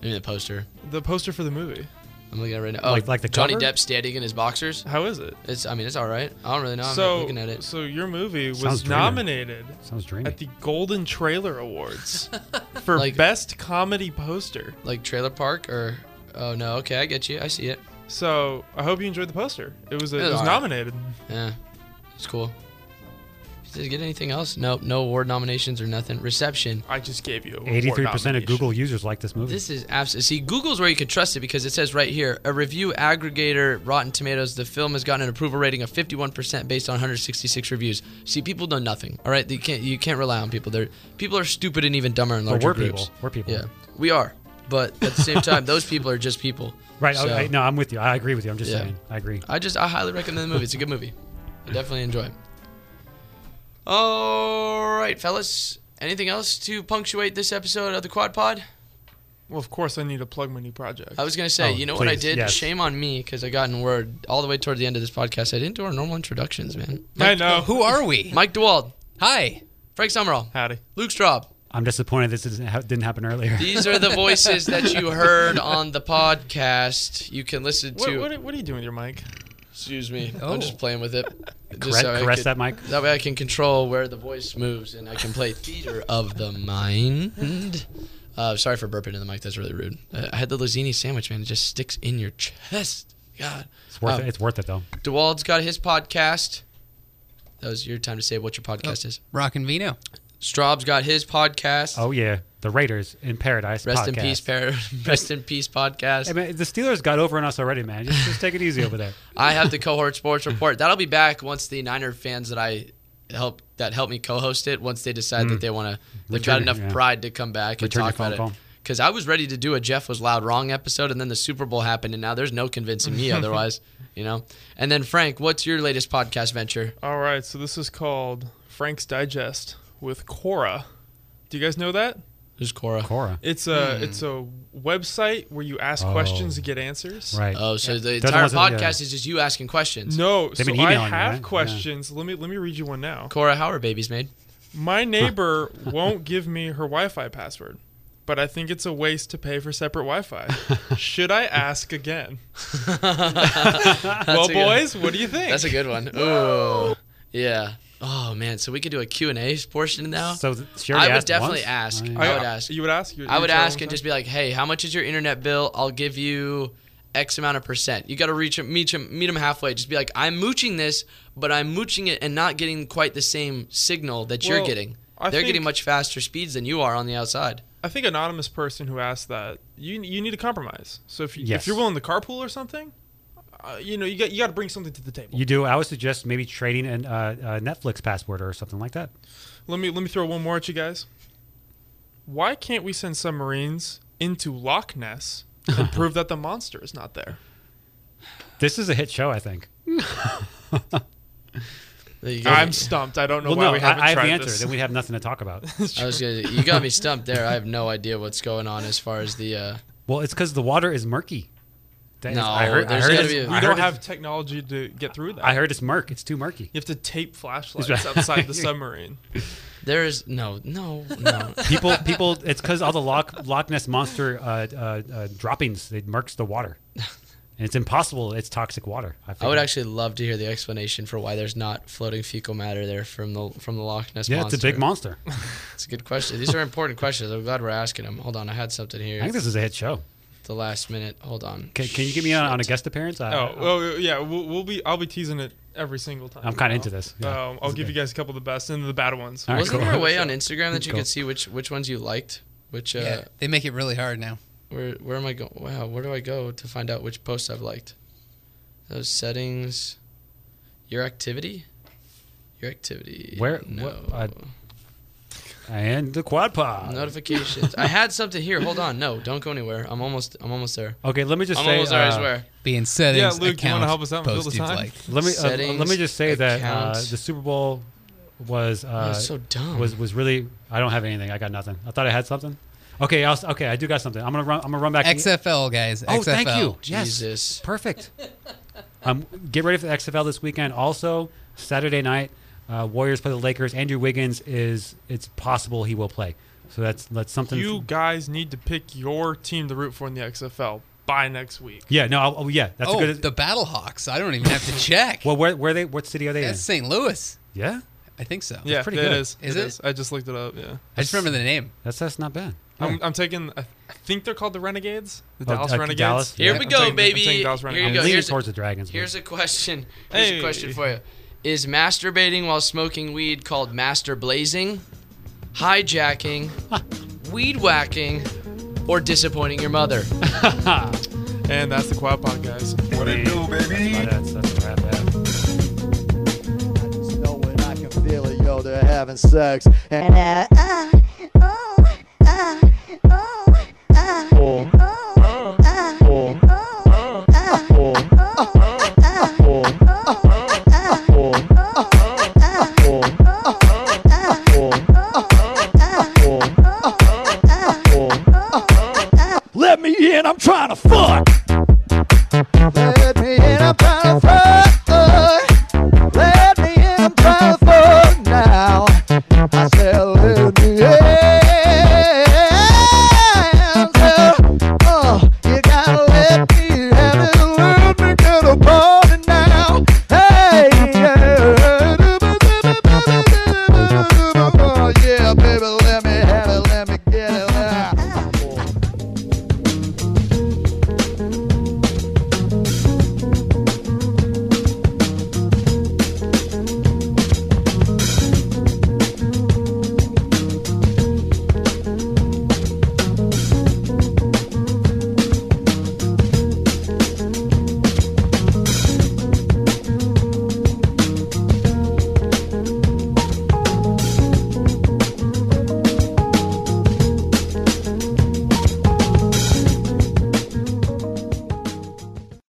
S4: I mean the poster
S3: The poster for the movie.
S4: I'm looking at it right now. Oh,
S5: Like- like the
S4: Johnny
S5: cover?
S4: Depp standing in his boxers.
S3: How is it?
S4: It's. I mean, it's all right. I don't really know. I'm
S3: so
S4: looking at it.
S3: so your movie
S5: Sounds
S3: was
S5: dreamy.
S3: nominated
S5: sounds dreamy.
S3: at the Golden Trailer
S5: (laughs)
S3: Awards for
S4: Like-
S3: best comedy poster.
S4: Like Trailer Park or. Oh no. Okay, I get you. I see it.
S3: So I hope you enjoyed the poster. It was a,
S4: It
S3: it
S4: was
S3: was,
S4: alright.
S3: nominated.
S4: Yeah, it's cool. Did it get anything else? No, no award nominations or nothing. Reception.
S3: I just gave you a
S5: Eighty-three percent of
S3: award
S5: Google users like this movie.
S4: This is absolutely. See, Google's where you can trust it because it says right here a review aggregator, Rotten Tomatoes. The film has gotten an approval rating of 51% based on 166 reviews. See, people know nothing. All right, you can't you can't rely on people. They're people are stupid and even dumber in
S5: But
S4: larger
S5: we're
S4: groups.
S5: people. We're people.
S4: Yeah, we are. But at the same
S5: (laughs)
S4: time, those people are just people.
S5: right?
S4: So,
S5: I, I- no, I'm with you. I agree with you. I'm just
S4: Yeah.
S5: saying. I agree.
S4: I just I highly recommend the movie. It's a good movie. I definitely enjoy it. All right, fellas. Anything else to punctuate this episode of the Quad Pod?
S3: Well, of course, I need to plug my new project.
S4: I was gonna say,
S5: Oh,
S4: you know what I
S5: please,
S4: did?
S5: yes.
S4: Shame on me because I got in word all the way toward the end of this podcast. I didn't do our normal introductions, man.
S3: I know.
S7: Who are we?
S4: Mike DeWald,
S7: Hi.
S4: Frank Summerall,
S3: Howdy.
S4: Luke Straub.
S5: I'm disappointed this didn't, ha- didn't happen earlier.
S4: These are the voices that you heard on the podcast. You can listen
S3: What,
S4: to.
S3: what, what are you doing with your mic?
S4: excuse me,
S7: Oh.
S4: I'm just playing with it. Just
S5: Caress,
S4: so I
S5: caress
S4: could-
S5: that mic.
S4: That way I can control where the voice moves and I can play theater of the mind. Uh, sorry for burping in the mic. That's really rude. Uh, I had the Lazzini sandwich, man. It just sticks in your chest. God.
S5: It's worth
S4: Um,
S5: it. It's worth it though.
S4: DeWald's got his podcast. That was your time to say what your podcast is.
S7: Rock and Vino.
S4: Straub's got his podcast.
S5: Oh yeah, the Raiders in Paradise.
S4: Rest in
S5: podcast.
S4: peace, Par- (laughs) Rest in peace podcast.
S5: Hey, man, the Steelers got over on us already, man. Just, just take it easy
S3: (laughs)
S5: over there.
S4: I have the cohort sports report. That'll be back once the Niner fans that I help that help me co-host it once they decide that they want to. They've
S5: Mm. Return
S4: got
S5: your-
S4: enough
S5: yeah.
S4: pride to come back
S5: Return your
S4: and talk about
S5: phone
S4: it.
S5: call.
S4: Because I was ready to do a Jeff was loud wrong episode, and then the Super Bowl happened, and now there's no convincing
S5: (laughs)
S4: me otherwise. You know. And then Frank, what's your latest podcast venture?
S3: All right, so this is called Frank's Digest with Cora. Do you guys know that?
S4: Who's Cora?
S5: Cora,
S3: It's a it's a website where you ask questions to get answers.
S5: right?
S4: Oh, so the
S5: Doesn't
S4: entire
S5: want to-
S4: podcast is just you asking questions.
S3: No, so
S5: been
S3: I
S5: emailing you,
S3: have
S5: right?
S3: questions. Let me let me read you one now.
S4: Cora, how are babies made?
S3: My neighbor won't give me her Wi-Fi password, but I think it's a waste to pay for separate
S4: (laughs)
S3: Wi-Fi. Should I ask again? well,
S4: a good-
S3: boys, what do you think?
S4: That's a good one. Ooh, yeah. Oh man, so we could do a Q and A portion now.
S5: so th- she
S4: I
S5: already
S4: would
S5: asked
S4: definitely
S5: once?
S4: ask.
S5: Oh, yeah.
S4: I would ask.
S3: You would ask. You,
S4: I
S3: you
S4: would
S3: tell them
S4: ask and
S3: something?
S4: just be like, "Hey, how much is your internet bill? I'll give you X amount of percent. You got to reach 'em- meet him, meet him halfway. Just be like, I'm mooching this, but I'm mooching it and not getting quite the same signal that you're
S3: Well,
S4: getting.
S3: I
S4: They're getting
S3: think-
S4: much faster speeds than you are on the outside.
S3: I think anonymous person who asked that you you need a compromise. So if you,
S5: Yes.
S3: if you're willing to carpool or something, uh, you know you got you got to bring something to the table.
S5: You do. I would suggest maybe trading an uh, a Netflix password or something like that.
S3: Let me let me throw one more at you guys. Why can't we send submarines into Loch Ness
S4: (laughs)
S3: and prove that the monster is not there?
S5: This is a hit show, I think.
S4: There you go.
S3: I'm stumped. I don't know
S5: Well,
S3: why
S5: no,
S3: Oh, we
S5: I,
S3: haven't
S5: I have
S3: tried
S5: the answer.
S3: this.
S5: Then we'd have nothing to
S3: (laughs)
S5: talk about.
S4: I was gonna, you got me stumped there. I have no idea what's going on as far as the. Uh,
S5: well, it's because the water is murky. That is-
S4: No,
S5: I heard. I
S4: there's
S5: heard,
S4: gotta
S5: it's,
S4: be a-
S5: I
S3: we
S5: heard
S3: don't
S5: it's-
S3: have technology to get through that.
S5: I heard it's murk. It's too murky.
S3: you have to tape flashlights
S5: right.
S3: outside
S5: (laughs)
S3: the submarine.
S4: there is no, no, no. (laughs)
S5: People, people. It's because all the Loch, Loch Ness monster uh, uh, uh, droppings. It murks the water,
S4: (laughs)
S5: and it's impossible. It's toxic water.
S4: I
S5: I,
S4: would
S5: figured.
S4: actually love to hear the explanation for why there's not floating fecal matter there from the from the Loch Ness
S5: Yeah,
S4: monster.
S5: it's a big monster. I
S4: It's a good question. These are important questions. I'm glad we're asking them. Hold on, I had something here.
S5: think this is a hit show.
S4: at the last minute. Hold on.
S5: Can, can you get me on, on a guest appearance? I,
S3: Oh, well, yeah, we'll, we'll be. I'll be teasing it every single time.
S5: I'm kind of into this. Yeah.
S4: oh.
S3: Um, I'll give you guys a couple of the best and the bad ones.
S5: All right,
S4: Wasn't
S5: cool.
S4: there a
S5: (laughs)
S4: way on Instagram that you
S5: Cool.
S4: could see which which ones you liked? Which uh,
S7: Yeah. They make it really hard now.
S4: where where am I going? Wow, where do I go to find out which posts I've liked? Those settings, your activity, your activity.
S5: Where-
S4: No.
S5: what- I- and the quad pod.
S4: Notifications. I had something here. Hold on. No, don't go anywhere. I'm almost. I'm almost there.
S5: okay, let me just
S4: I'm
S5: say.
S4: almost there. I
S5: uh,
S4: swear.
S7: Being settings.
S3: Yeah, Luke, you wanna
S7: account,
S3: help us out and fill
S7: post
S3: the
S7: you've
S3: time?
S7: liked.
S5: Let me uh,
S4: Settings,
S5: let me just say that uh,
S4: accounts.
S5: the Super Bowl was uh,
S4: that's so dumb.
S5: was was really. I don't have anything. I got nothing. I thought I had something. Okay, I'll, s- okay, I do got something. I'm gonna run. I'm gonna run back.
S7: XFL guys.
S5: Oh,
S7: XFL.
S5: thank you.
S4: Jesus.
S5: Yes. Perfect. um, get ready for the XFL this weekend. Also, Saturday night, uh, Warriors play the Lakers. Andrew Wiggins is. It's possible he will play. So that's that's something.
S3: You guys need to pick your team to root for in the XFL by next week.
S5: yeah. No. I'll, oh, yeah. That's
S7: Oh,
S5: a good.
S7: the Battlehawks. I don't even have to check.
S5: well, where where they? What city are they
S7: That's
S5: in?
S7: St. Louis.
S5: Yeah.
S7: I think so.
S3: yeah,
S5: pretty
S3: it
S5: good.
S3: is.
S7: Is
S3: it
S7: it?
S3: is. I just looked it up. Yeah,
S7: I just remember the name.
S5: That's that's not bad.
S3: I'm, I'm taking. I I think they're called the Renegades. The
S5: Oh,
S3: Dallas
S5: uh,
S3: Renegades.
S5: Dallas?
S4: Here
S5: Yeah.
S4: we
S3: I'm
S4: go,
S3: taking- I'm
S4: baby.
S3: taking Dallas
S4: Here
S3: Renegades.
S4: you
S5: I'm
S4: go.
S5: leaning
S4: Here's a-
S5: towards the Dragons. but-
S4: Here's a question. Here's a question
S3: Hey.
S4: for you. Is masturbating while smoking weed called master blazing,
S5: (laughs)
S4: hijacking, weed whacking, or disappointing your mother?
S3: And that's the Quad Pod, guys.
S2: What it do, baby?
S5: Oh, that's that's a wrap. Yeah.
S8: Know when I can feel it, yo, they're having sex. And
S9: Uh, uh, oh, uh, oh, uh, oh, uh, oh, uh, oh, uh, oh, uh,
S1: in, I'm trying to fuck.
S8: Let me in, I'm trying to fuck.
S9: uh, (laughs)